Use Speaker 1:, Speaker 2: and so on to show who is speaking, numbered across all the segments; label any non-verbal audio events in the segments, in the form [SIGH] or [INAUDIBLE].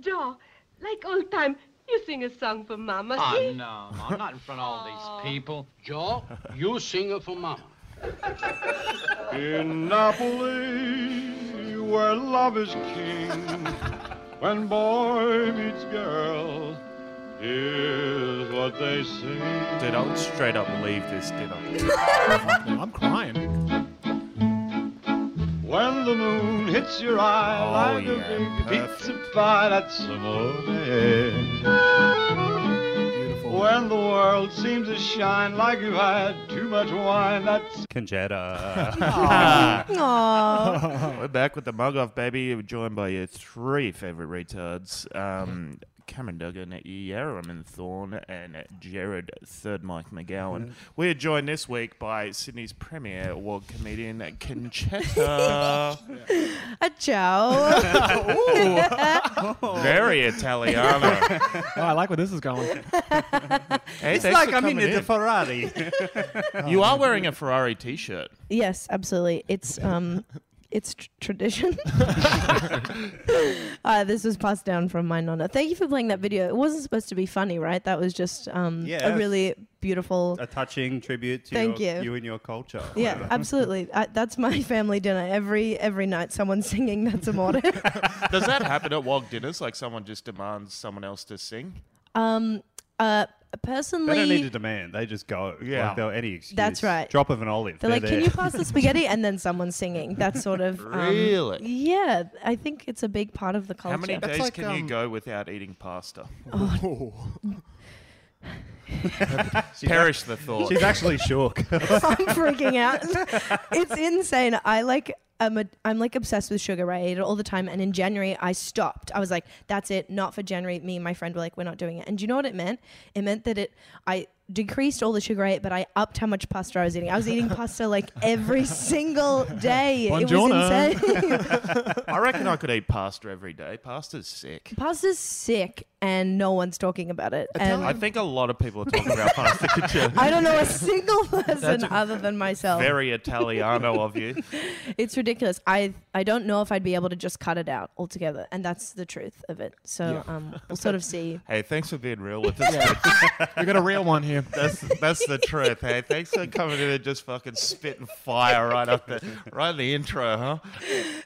Speaker 1: Joe, like old time, you sing a song for Mama,
Speaker 2: Ah,
Speaker 3: Oh,
Speaker 1: see?
Speaker 3: no, no, not in front of all these people.
Speaker 4: Joe, you sing it for Mama.
Speaker 2: [LAUGHS] In Napoli, where love is king, when boy meets girl, here's what they sing.
Speaker 5: They don't straight up leave this
Speaker 6: [LAUGHS]
Speaker 5: dinner.
Speaker 6: No, I'm crying.
Speaker 2: When the moon hits your eye
Speaker 5: Oh,
Speaker 2: like
Speaker 5: yeah,
Speaker 2: a big pizza pie, that's amore.
Speaker 6: Beautiful.
Speaker 2: When the world seems to shine like you've had too much wine, that's
Speaker 5: Conjetta.
Speaker 7: Aw.
Speaker 5: We're back with the mug off, baby. We're joined by your three favorite retards. Um, Cameron Duggan, Yaron Thorne, and Jared Third Mike McGowan. We are joined this week by Sydney's premier award comedian,
Speaker 6: [LAUGHS]
Speaker 5: Conchetta.
Speaker 7: A Joe.
Speaker 5: Very Italiano.
Speaker 6: [LAUGHS] Oh, I like where this is
Speaker 5: Hey,
Speaker 6: going.
Speaker 8: It's [LAUGHS]
Speaker 5: thanks
Speaker 8: like
Speaker 5: for
Speaker 8: I'm in
Speaker 5: coming
Speaker 8: the Ferrari.
Speaker 5: You are wearing a Ferrari t shirt.
Speaker 7: yes, absolutely. It's um, it's tr-
Speaker 8: [LAUGHS]
Speaker 7: tradition. uh, this was passed down from my nonna. Thank you for playing that video. It wasn't supposed to be funny, right? That was just um,
Speaker 8: Yes.
Speaker 7: a really beautiful.
Speaker 8: a touching tribute to
Speaker 7: Thank
Speaker 8: your,
Speaker 7: you.
Speaker 8: and your culture.
Speaker 7: Yeah,
Speaker 8: [LAUGHS]
Speaker 7: absolutely. I, that's my family dinner. Every every night, someone's [LAUGHS] singing "That's
Speaker 8: [LAUGHS]
Speaker 7: Amore."
Speaker 5: Does that happen at Wog dinners? Like someone just demands someone else to sing?
Speaker 7: um, uh,
Speaker 8: They
Speaker 7: personally,
Speaker 8: don't need to demand. They just go.
Speaker 5: Yeah.
Speaker 8: Like they'll any excuse.
Speaker 7: That's right.
Speaker 8: Drop of an olive.
Speaker 7: They're like,
Speaker 8: there.
Speaker 7: "Can
Speaker 8: [LAUGHS]
Speaker 7: you pass the spaghetti?" And then someone's singing. That's sort of um,
Speaker 5: Really?
Speaker 7: Yeah, I think it's a big part of the culture.
Speaker 5: How many days
Speaker 6: like,
Speaker 5: can you
Speaker 6: um, Oh.
Speaker 5: go without eating pasta?
Speaker 6: [LAUGHS]
Speaker 8: She's
Speaker 5: Perish the thought.
Speaker 8: She's actually shook.
Speaker 7: [LAUGHS] I'm freaking out. [LAUGHS] It's insane. I like. I'm, a, I'm like obsessed with sugar. Right? I ate it all the time. And in January, I stopped. I was like, "That's it, not for January." Me and my friend were like, "We're not doing it." And do you know what it meant? It meant that it I decreased all the sugar I ate, but I upped how much pasta I was eating. I was eating pasta like every single day. It was
Speaker 6: Buongiorno.
Speaker 7: insane.
Speaker 5: I reckon I could eat pasta every day. Pasta's sick.
Speaker 7: Pasta's sick, and no one's talking about it.
Speaker 6: Um,
Speaker 5: I
Speaker 7: And
Speaker 5: think a lot of people are talking about pasta. [LAUGHS] Conchetta.
Speaker 7: I don't know a single [LAUGHS] person other than myself.
Speaker 5: Very Italiano of you.
Speaker 7: It's ridiculous. I I don't know if I'd be able to just cut it out altogether, and that's the truth of it. So um, we'll sort of see.
Speaker 5: Hey, thanks for being real with us. [LAUGHS]
Speaker 6: We got a real one here.
Speaker 5: That's that's the truth. Hey, thanks for coming in and just fucking spitting fire right up the right in the intro, huh?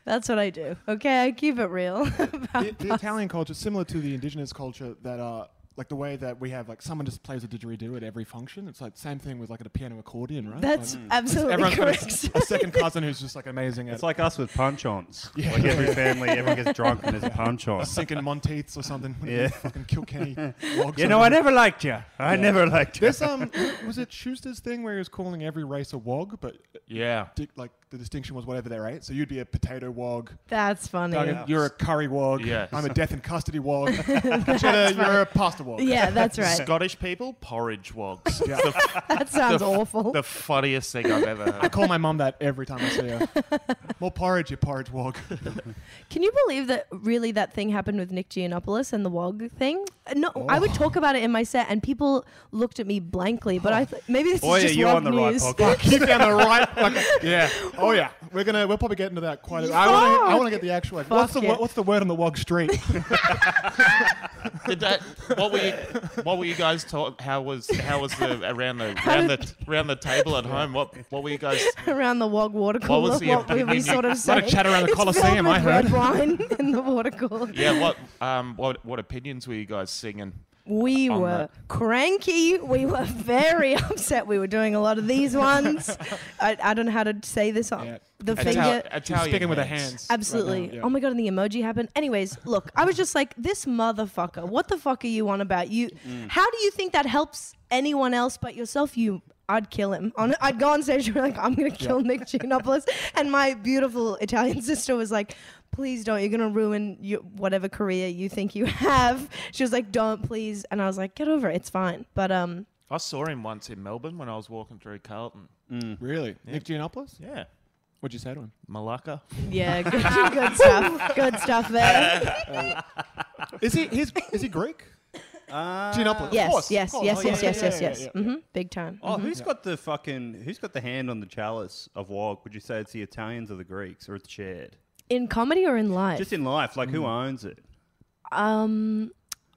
Speaker 7: That's what I do. Okay, I keep it real. [LAUGHS] about
Speaker 6: the, the Italian culture, is similar to the indigenous culture, that uh, like the way that we have, like someone just plays a didgeridoo at every function. It's like same thing with like a piano accordion, right?
Speaker 7: that's
Speaker 6: Like,
Speaker 7: absolutely
Speaker 6: everyone's got a s-
Speaker 7: correct.
Speaker 6: a, second cousin who's just like amazing
Speaker 8: [LAUGHS]
Speaker 6: at
Speaker 8: It's like us with [LAUGHS] punch-ons. Like every family, everyone gets drunk and there's a punch-on.
Speaker 6: sinking Monteiths or something.
Speaker 8: Yeah.
Speaker 6: Yeah, fucking
Speaker 8: [LAUGHS]
Speaker 6: Kilkenny. logs
Speaker 8: You
Speaker 6: or
Speaker 8: know, I
Speaker 6: something.
Speaker 8: never liked you. I never liked you.
Speaker 6: There's um, was it Schuster's thing where he was calling every race a wog, but uh,
Speaker 5: Yeah.
Speaker 6: di- like the distinction was whatever they ate. So you'd be a potato wog.
Speaker 7: That's funny.
Speaker 6: Duggan, You're a curry wog.
Speaker 5: Yes.
Speaker 6: I'm a death in
Speaker 7: [LAUGHS]
Speaker 6: custody wog. Conchetta, you're a pasta wog.
Speaker 7: Yeah, that's right.
Speaker 5: Scottish people, porridge wogs.
Speaker 6: Yeah.
Speaker 5: The, f-
Speaker 7: That sounds
Speaker 5: the f-
Speaker 7: awful.
Speaker 5: the funniest thing I've ever
Speaker 6: I
Speaker 5: heard.
Speaker 6: call my mum that every time I see her. [LAUGHS] More porridge, you porridge wog. [LAUGHS]
Speaker 7: Can you believe that really that thing happened with Nick Giannopoulos and the WOG thing? Uh, No, I would talk about it in my set and people looked at me blankly, but I th- maybe this
Speaker 8: [LAUGHS] Boy,
Speaker 7: is
Speaker 8: are
Speaker 7: just
Speaker 8: you
Speaker 7: WOG
Speaker 8: on the right
Speaker 7: news.
Speaker 8: podcast.
Speaker 6: you found the right. fucking- yeah. Oh yeah. We're gonna. We'll probably get into that quite. A, I want. I
Speaker 7: Fuck.
Speaker 6: want to get the actual. Like, what's the
Speaker 7: Fuck
Speaker 6: wo-
Speaker 7: it.
Speaker 6: What's the word on the wog [LAUGHS] Hmm. street?
Speaker 5: Did that, what were you what were you guys taught how was how was the around the around the around the table at home? What what were you guys
Speaker 7: [LAUGHS] around the Wog water cooler.
Speaker 5: was the
Speaker 7: what were we
Speaker 5: opinion?
Speaker 7: sort
Speaker 6: [LAUGHS]
Speaker 7: of
Speaker 6: lot
Speaker 7: saying?
Speaker 6: of chatter around the
Speaker 7: It's filled
Speaker 6: Colosseum,
Speaker 7: with
Speaker 6: I heard.
Speaker 7: Red wine [LAUGHS] in the water
Speaker 6: [LAUGHS]
Speaker 7: cooler.
Speaker 5: Yeah, what um what what opinions were you guys singing?
Speaker 7: We
Speaker 5: on
Speaker 7: were cranky. We were very [LAUGHS] upset. We were doing a lot of these
Speaker 6: [LAUGHS]
Speaker 7: ones. I, I don't know how to say this on
Speaker 6: Yeah.
Speaker 7: the
Speaker 5: Ital-
Speaker 7: finger.
Speaker 5: Italian
Speaker 6: Speaking with her hands.
Speaker 7: Absolutely.
Speaker 6: Right now, yeah.
Speaker 7: Oh my god, and the emoji happened. Anyways, look, I was just like, this motherfucker. What the fuck are you on about? You,
Speaker 6: Mm.
Speaker 7: how do you think that helps anyone else but yourself? You, I'd kill him. On, I'd go on stage and be like, I'm gonna kill Nick Giannopoulos. and my beautiful Italian [LAUGHS] sister was like, please don't. You're gonna ruin your, whatever career you think you have. She was like, don't please. And I was like, get over it. It's fine. But um,
Speaker 5: I saw him once in Melbourne when I was walking through Carlton.
Speaker 6: Really? Nick Giannopoulos?
Speaker 5: Yeah.
Speaker 6: What'd you say to him?
Speaker 5: Malacca.
Speaker 6: [LAUGHS]
Speaker 7: yeah, good, good stuff. Good stuff eh? there.
Speaker 6: Is he? He's, is he [LAUGHS] Greek?
Speaker 8: Uh,
Speaker 6: Giannopoulos.
Speaker 7: Yes,
Speaker 6: course,
Speaker 7: yes,
Speaker 6: of course.
Speaker 7: yes,
Speaker 6: Oh,
Speaker 7: yes,
Speaker 6: yeah,
Speaker 7: yes,
Speaker 6: yeah,
Speaker 7: yes,
Speaker 6: yeah,
Speaker 7: yes.
Speaker 6: yeah,
Speaker 7: hmm Big time.
Speaker 8: Oh, who's got the fucking? Who's got the hand on the chalice of Wog? Would you say it's the Italians or the Greeks, or it's shared?
Speaker 7: In comedy or in life?
Speaker 8: Mm. Just in life, like who owns it?
Speaker 7: Um,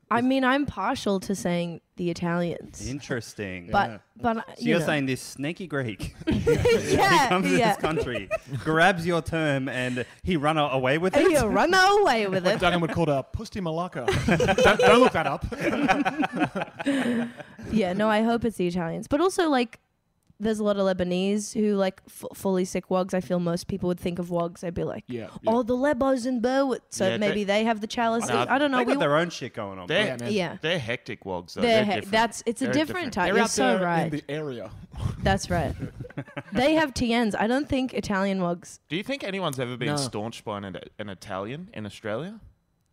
Speaker 7: I mean, I'm partial to saying the Italians,
Speaker 8: Interesting.
Speaker 7: but but
Speaker 8: so you're saying this sneaky Greek
Speaker 7: [LAUGHS] yeah,
Speaker 8: [LAUGHS] comes to
Speaker 7: yeah.
Speaker 8: this country, grabs your term, and he run a- away with it.
Speaker 7: You run away with it.
Speaker 6: Duggan would call it a pussy [LAUGHS] malacca. don't, don't look that up.
Speaker 7: yeah, no, I hope it's the Italians. But also, like, there's a lot of Lebanese who like f- fully sick wogs. I feel most people would think of wogs. I'd be like,
Speaker 6: [LAUGHS] Yeah,
Speaker 7: oh, the Lebos in Berwick. So
Speaker 5: Yeah,
Speaker 7: maybe they, have the chalices.
Speaker 5: Nah,
Speaker 7: I don't know.
Speaker 8: They
Speaker 7: we
Speaker 8: got their own shit going on.
Speaker 5: They're,
Speaker 6: Yeah, man.
Speaker 7: Yeah.
Speaker 5: they're hectic wogs. Though. They're,
Speaker 7: they're he-
Speaker 5: different.
Speaker 7: that's it's a
Speaker 5: They're
Speaker 7: different, type.
Speaker 6: They're
Speaker 7: You're
Speaker 6: out
Speaker 7: so
Speaker 6: there
Speaker 7: right.
Speaker 6: in the area.
Speaker 7: That's right. they have TNs. I don't think Italian wogs.
Speaker 5: Do you think anyone's ever been
Speaker 6: No.
Speaker 5: staunched by an, an Italian in Australia?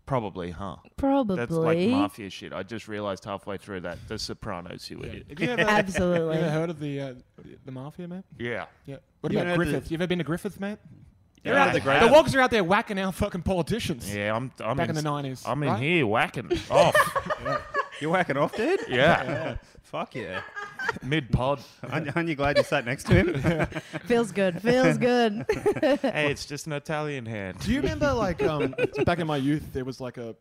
Speaker 5: Probably, huh?
Speaker 7: Probably.
Speaker 5: That's like mafia shit. I just realized halfway through that the Sopranos, you idiot.
Speaker 6: Have you ever,
Speaker 7: Absolutely.
Speaker 6: you ever heard of the uh, the mafia, mate?
Speaker 5: Yeah.
Speaker 6: Yeah. What
Speaker 8: You
Speaker 6: about
Speaker 8: know the-
Speaker 6: Griffith? you ever been to Griffith, mate?
Speaker 8: They're out of the
Speaker 6: The
Speaker 8: ground.
Speaker 6: wogs are out there whacking our fucking politicians.
Speaker 5: Yeah, I'm. I'm
Speaker 6: Back in the 90s,
Speaker 5: I'm in
Speaker 6: right?
Speaker 5: here whacking off.
Speaker 6: [LAUGHS]
Speaker 8: You're whacking off, [LAUGHS] dude.
Speaker 5: yeah,
Speaker 8: Fuck yeah.
Speaker 5: mid
Speaker 6: [LAUGHS]
Speaker 5: pod.
Speaker 8: Aren't, aren't you glad you sat next to [LAUGHS] him?
Speaker 7: Feels good.
Speaker 8: [LAUGHS]
Speaker 7: Feels good.
Speaker 5: Hey, it's just an Italian hand.
Speaker 6: [LAUGHS] Do you remember like um, back in my youth there was like a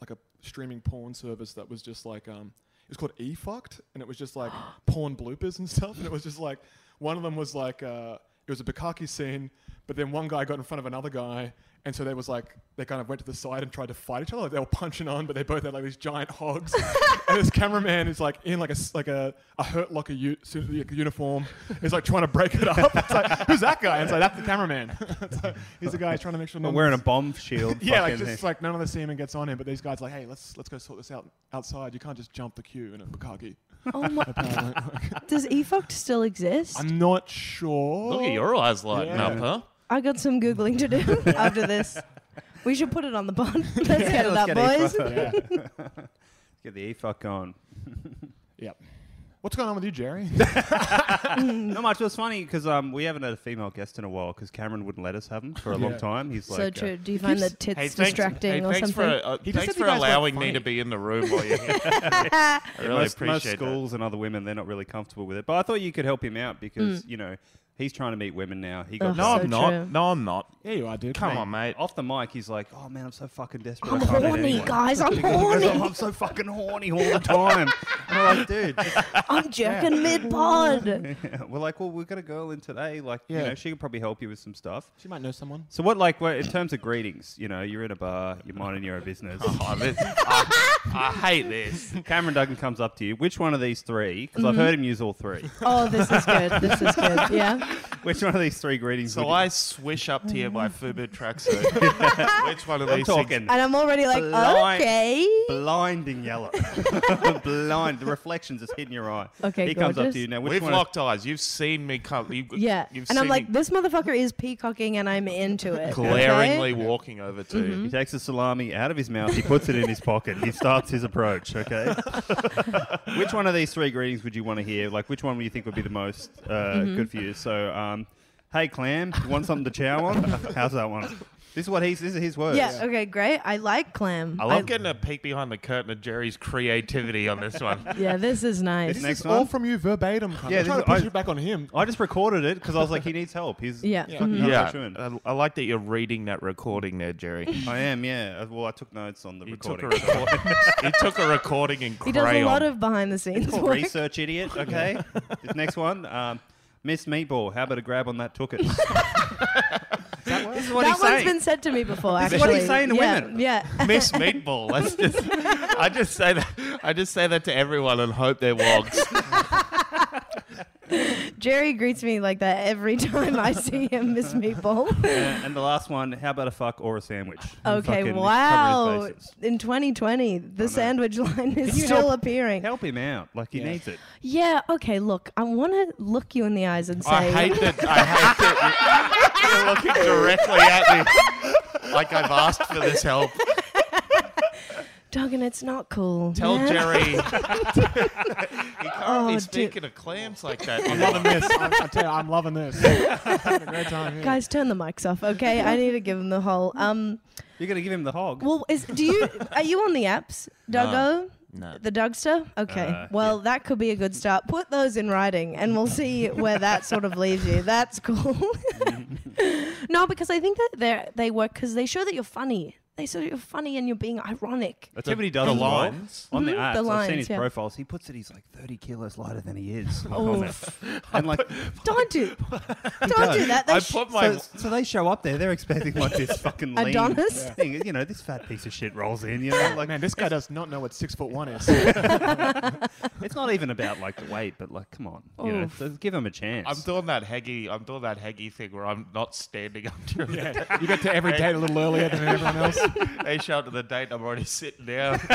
Speaker 6: like a streaming porn service that was just like um, it was called E Fucked and it was just like porn bloopers and stuff and it was just like one of them was like uh, it was a bukkake scene but then one guy got in front of another guy and so they was like they kind of went to the side and tried to fight each other like they were punching on but they both had like these giant hogs and this cameraman is like in like a s- like a, a hurt locker u- suit, like, uniform he's like trying to break it up [LAUGHS] it's like who's that guy and it's like that's the cameraman [LAUGHS] It's like, he's the guy trying to make sure no
Speaker 8: I'm
Speaker 6: one-
Speaker 8: wearing a bomb shield.
Speaker 6: [LAUGHS] yeah, like
Speaker 8: fucking-
Speaker 6: just like none of the semen gets on him, but these guys like, hey, let's let's go sort this out outside. You can't just jump the queue in a bukkake.
Speaker 7: oh my. Does eFucked still exist?
Speaker 6: [LAUGHS] I'm not sure.
Speaker 5: Look at your eyes lighting
Speaker 6: Yeah.
Speaker 5: up, huh?
Speaker 7: I got some googling
Speaker 8: [LAUGHS]
Speaker 7: to do after this. We should put it on the bond. Let's get it
Speaker 8: let's
Speaker 7: up,
Speaker 8: get
Speaker 7: boys.
Speaker 8: E-fuck.
Speaker 6: [LAUGHS] Yeah.
Speaker 8: Get the e fuck on.
Speaker 6: yep. What's going on with you, Jerry?
Speaker 8: Not much. It was funny because um, we haven't had a female guest in a while because Cameron wouldn't let us have him for a long
Speaker 6: Yeah.
Speaker 8: time. He's like,
Speaker 7: so
Speaker 8: uh,
Speaker 7: true. Do you find the tits
Speaker 5: Hey, thanks,
Speaker 7: distracting
Speaker 5: hey,
Speaker 7: or
Speaker 5: thanks
Speaker 7: something?
Speaker 5: for uh,
Speaker 6: He just
Speaker 5: thanks
Speaker 6: said you
Speaker 5: for
Speaker 6: guys weren't
Speaker 5: allowing me
Speaker 6: funny.
Speaker 5: to
Speaker 6: [LAUGHS]
Speaker 5: be in the room while you're here. I really
Speaker 8: most, most
Speaker 5: appreciate that.
Speaker 8: schools and other women, they're not really comfortable with it. But I thought you could help him out
Speaker 7: Mm.
Speaker 8: because you know he's trying to meet women now. He got
Speaker 7: Ugh.
Speaker 5: No,
Speaker 7: So
Speaker 5: I'm not.
Speaker 7: true.
Speaker 5: No, I'm not.
Speaker 6: yeah, you are, dude.
Speaker 5: Come on,
Speaker 6: [LAUGHS]
Speaker 5: mate.
Speaker 8: off the mic. He's like, oh man, I'm so fucking
Speaker 5: uh,
Speaker 8: desperate.
Speaker 7: I'm
Speaker 8: I can't date
Speaker 7: horny,
Speaker 8: anyone."
Speaker 5: [LAUGHS]
Speaker 7: guys. I'm
Speaker 8: He goes, "Oh,
Speaker 7: horny.
Speaker 8: I'm so fucking horny all the time. and I'm like, dude, [LAUGHS] just
Speaker 7: [LAUGHS] I'm jerking
Speaker 5: [LAUGHS]
Speaker 7: mid pod.
Speaker 8: we're like, well, we've got a girl in today. Like, you
Speaker 6: Yeah.
Speaker 8: know, she could probably help you with some stuff.
Speaker 6: She might know someone.
Speaker 8: So what, like, what, in terms of greetings, you know, you're in a bar, you're minding your own business.
Speaker 5: Oh,
Speaker 6: [LAUGHS]
Speaker 5: this- I, I hate this.
Speaker 8: Cameron Duggan comes up to you. Which one of these three? Because
Speaker 7: Mm-hmm.
Speaker 8: I've heard him use all three.
Speaker 7: Oh, this is good. This is good.
Speaker 5: [LAUGHS]
Speaker 7: Yeah.
Speaker 8: Which one of these three greetings?
Speaker 5: So
Speaker 8: would
Speaker 5: I
Speaker 8: you-
Speaker 5: swish up to you by Fubu
Speaker 6: [LAUGHS]
Speaker 5: tracksuit. Which one of
Speaker 8: I'm
Speaker 5: these?
Speaker 8: talking
Speaker 7: And I'm already like,
Speaker 8: Blind.
Speaker 7: okay.
Speaker 8: blinding
Speaker 7: [LAUGHS]
Speaker 8: yellow, [LAUGHS] blind. The reflections just hitting your eye.
Speaker 7: Okay,
Speaker 8: he comes up
Speaker 7: gorgeous.
Speaker 8: to you now. Which
Speaker 5: Things, we've
Speaker 8: one?
Speaker 5: locked eyes. You've seen me come. You,
Speaker 7: Yeah.
Speaker 5: You've
Speaker 7: And I'm
Speaker 5: seen
Speaker 7: like,
Speaker 5: me
Speaker 7: this motherfucker is peacocking and I'm into it. okay? Mm-hmm.
Speaker 5: glaringly walking over to you.
Speaker 8: He takes the salami out of his mouth. He puts it in his pocket. He starts his approach. Okay. which one of these three greetings would you want to hear? Like, which one do you think would be the most uh, good for you? So, um, hey, clam, you want something to chow on? How's that one? This is what he's. This is his words.
Speaker 7: Yeah, okay, great. I like clam.
Speaker 5: I love getting a peek behind the curtain of Jerry's creativity on this one.
Speaker 7: yeah, this is nice.
Speaker 8: This next
Speaker 6: It's
Speaker 8: one.
Speaker 6: all from you verbatim. cunt.
Speaker 8: Yeah,
Speaker 6: I'm
Speaker 8: this
Speaker 6: trying
Speaker 8: is-
Speaker 6: to push
Speaker 8: I-
Speaker 6: it back on him.
Speaker 8: I just recorded it because I was like, he needs help. He's
Speaker 7: [LAUGHS] Yeah. Mm-hmm.
Speaker 8: he's fucking not doing.
Speaker 5: I, I like that you're reading that recording there, Jerry. [LAUGHS]
Speaker 8: I am. Yeah. Uh, Well, I took notes on the
Speaker 5: You took, a
Speaker 8: recording.
Speaker 5: record- [LAUGHS] you took a recording in
Speaker 7: he
Speaker 5: crayon.
Speaker 7: does a
Speaker 5: [LAUGHS]
Speaker 7: lot of behind the scenes
Speaker 8: Called
Speaker 7: work.
Speaker 8: research
Speaker 7: [LAUGHS]
Speaker 8: idiot. Okay. this next one, um, Miss Meatball. How about a grab on that took
Speaker 7: [LAUGHS]
Speaker 8: it? this is what
Speaker 7: that
Speaker 8: he's
Speaker 7: one's
Speaker 8: saying.
Speaker 7: been said to me before.
Speaker 8: This
Speaker 7: Actually,
Speaker 8: is what he's saying to
Speaker 7: yeah,
Speaker 8: women.
Speaker 7: Yeah, [LAUGHS]
Speaker 5: Miss Meatball. That's just, I just say that. I just say that to everyone and hope they're
Speaker 7: [LAUGHS]
Speaker 5: wogs.
Speaker 7: Jerry greets me like that every [LAUGHS] time I see him,
Speaker 8: [LAUGHS]
Speaker 7: Miss Meatball.
Speaker 8: Uh, and the last one, how about a fuck or a sandwich? Fucking
Speaker 7: okay,
Speaker 8: cover his
Speaker 7: wow.
Speaker 8: bases.
Speaker 7: In 2020, the sandwich [LAUGHS] line is
Speaker 8: Can you
Speaker 7: still
Speaker 8: help-
Speaker 7: appearing.
Speaker 8: Help him out, like he needs it.
Speaker 7: Yeah. Okay. Look, I want to look you in the eyes and say,
Speaker 5: I hate that. I hate that you- you're looking directly at me, like I've asked for this help.
Speaker 7: Duggan, it's not cool.
Speaker 5: Tell
Speaker 7: man."
Speaker 5: Jerry.
Speaker 7: [LAUGHS]
Speaker 5: [LAUGHS] he can't
Speaker 7: Oh,
Speaker 5: be
Speaker 7: dude.
Speaker 5: speaking of clams like that.
Speaker 6: I'm
Speaker 5: anymore.
Speaker 6: loving this. I, I tell you, I'm loving this. Having a great time here.
Speaker 7: Guys, turn the mics off, okay? I need to give him the whole. Um,
Speaker 8: You're gonna give him the hog.
Speaker 7: well, is do you are you on
Speaker 8: [LAUGHS]
Speaker 7: the apps, Duggo?
Speaker 5: No.
Speaker 7: The Dugster? Okay.
Speaker 8: Uh,
Speaker 7: well, that could be a good start. Put those in writing and we'll see where that sort of leaves you. [LAUGHS] That's cool. no, because I think that they they work because they show that you're funny. They said you're funny and you're being
Speaker 5: [LAUGHS]
Speaker 7: ironic.
Speaker 8: That's what he does
Speaker 5: The
Speaker 8: as well.
Speaker 5: lines?
Speaker 8: on the
Speaker 7: Mhm,
Speaker 8: apps.
Speaker 7: the
Speaker 8: I've seen
Speaker 7: lines,
Speaker 8: his
Speaker 7: yeah.
Speaker 8: profiles. He puts it. He's like thirty kilos lighter than he
Speaker 7: [LAUGHS]
Speaker 8: is. Like,
Speaker 7: Oh.
Speaker 8: on there. and like
Speaker 5: [LAUGHS]
Speaker 7: Don't do, don't
Speaker 8: does.
Speaker 7: do that. They
Speaker 5: I
Speaker 7: sh-
Speaker 5: put my
Speaker 8: so, so they show up there. They're expecting like this
Speaker 7: [LAUGHS]
Speaker 8: fucking lean
Speaker 7: Adonis? Yeah.
Speaker 8: thing. You know, this fat piece of shit rolls in. You
Speaker 7: [LAUGHS]
Speaker 8: know, like
Speaker 6: Man, this guy does not know what six foot one is.
Speaker 8: it's not even about like the weight, but like, come on, you know,
Speaker 7: Oof.
Speaker 8: so give him a chance.
Speaker 5: I'm doing that haggy. I'm doing that haggy thing where I'm not standing [LAUGHS] up to it.
Speaker 6: you get to every date a little earlier
Speaker 5: [LAUGHS]
Speaker 6: than everyone else.
Speaker 5: they show up to the date. I'm already sitting down.
Speaker 7: [LAUGHS]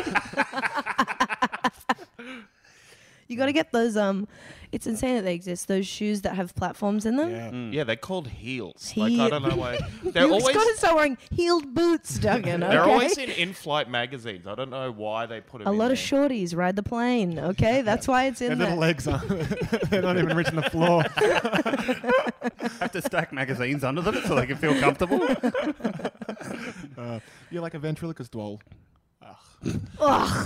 Speaker 7: you got to get those. Um, it's insane that they exist. Those shoes that have platforms in them.
Speaker 5: yeah, they're called heels. Like I don't know
Speaker 7: [LAUGHS]
Speaker 5: why they're
Speaker 7: You've
Speaker 5: always
Speaker 7: got to start wearing heeled boots, Duggan.
Speaker 5: [LAUGHS]
Speaker 7: Okay?
Speaker 5: they're always in in-flight magazines. I don't know why they put it.
Speaker 7: a
Speaker 5: in
Speaker 7: lot of
Speaker 5: there.
Speaker 7: shorties ride the plane.
Speaker 5: [LAUGHS]
Speaker 7: Okay, that's why it's
Speaker 6: Their
Speaker 7: in
Speaker 6: little
Speaker 7: there.
Speaker 6: legs are they're not even reaching the floor.
Speaker 8: have to stack magazines under them so they can feel comfortable.
Speaker 6: [LAUGHS] Uh, you're like a ventriloquist doll.
Speaker 7: Ugh. [LAUGHS] oh,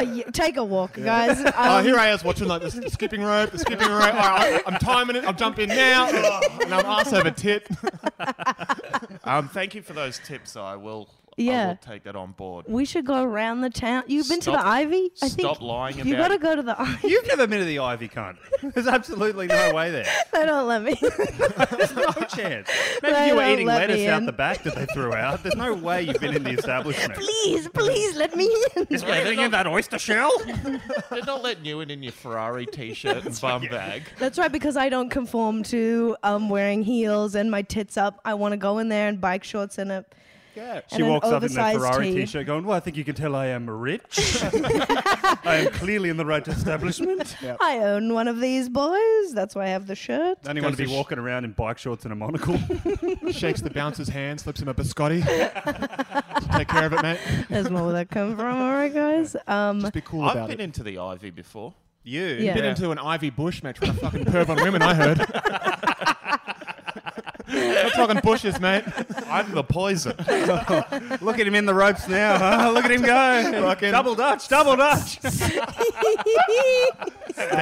Speaker 7: yeah, take a walk, guys.
Speaker 6: [LAUGHS] Oh,
Speaker 7: Um,
Speaker 6: here I is watching like the s- skipping rope, the skipping rope. All right, I, am timing it. I'm jumping now, and I'm ass over tit. [LAUGHS]
Speaker 5: Um, thank you for those tips. I will. I
Speaker 7: Yeah.
Speaker 5: will take that on board.
Speaker 7: we should go around the town. You've been to
Speaker 5: Stop-
Speaker 7: the Ivy? I think
Speaker 5: Stop lying
Speaker 7: you
Speaker 5: about
Speaker 7: got to go to the Ivy. [LAUGHS]
Speaker 8: You've never been to the Ivy cunt. There's absolutely no way there.
Speaker 7: they don't let me.
Speaker 8: There's no chance. Maybe
Speaker 7: They
Speaker 8: you were
Speaker 7: don't
Speaker 8: eating
Speaker 7: let me
Speaker 8: lettuce out
Speaker 7: in.
Speaker 8: the back that they threw out. There's no way you've been in the establishment.
Speaker 7: please, please let me in.
Speaker 8: Anything in that oyster
Speaker 7: [LAUGHS]
Speaker 8: shell?
Speaker 5: They're not letting you in in
Speaker 8: [LAUGHS]
Speaker 5: your Ferrari T-shirt and bum bag.
Speaker 7: That's right, because I don't conform to um, wearing heels and my tits up. I want to go in there in bike shorts and a.
Speaker 6: Yeah.
Speaker 8: She
Speaker 7: and an
Speaker 8: walks up in that
Speaker 7: oversized
Speaker 8: Ferrari
Speaker 7: tee.
Speaker 8: t-shirt, going, "Well, I think you can tell I am rich. [LAUGHS] I am clearly in the right establishment.
Speaker 7: I own one of these boys. That's why I have the
Speaker 6: [LAUGHS]
Speaker 7: shirt.
Speaker 8: Only want to be
Speaker 6: Goes to sh-
Speaker 8: walking around in bike shorts and a monocle.
Speaker 6: Shakes the bouncer's hand, slips him a biscotti. [LAUGHS] Take care of it, mate.
Speaker 7: There's more where that come from. All right, guys. Um,
Speaker 6: Just be cool
Speaker 5: I've
Speaker 6: about
Speaker 5: been
Speaker 6: it.
Speaker 5: into the Ivy before.
Speaker 8: you?
Speaker 7: Yeah.
Speaker 6: Been into an ivy bush, mate, trying to fucking perv on women. I heard. [LAUGHS] Not talking bushes, mate.
Speaker 5: I'm the poison.
Speaker 8: Look at him in the ropes now. Huh? Look at him go. double Dutch, double Dutch.
Speaker 5: Stay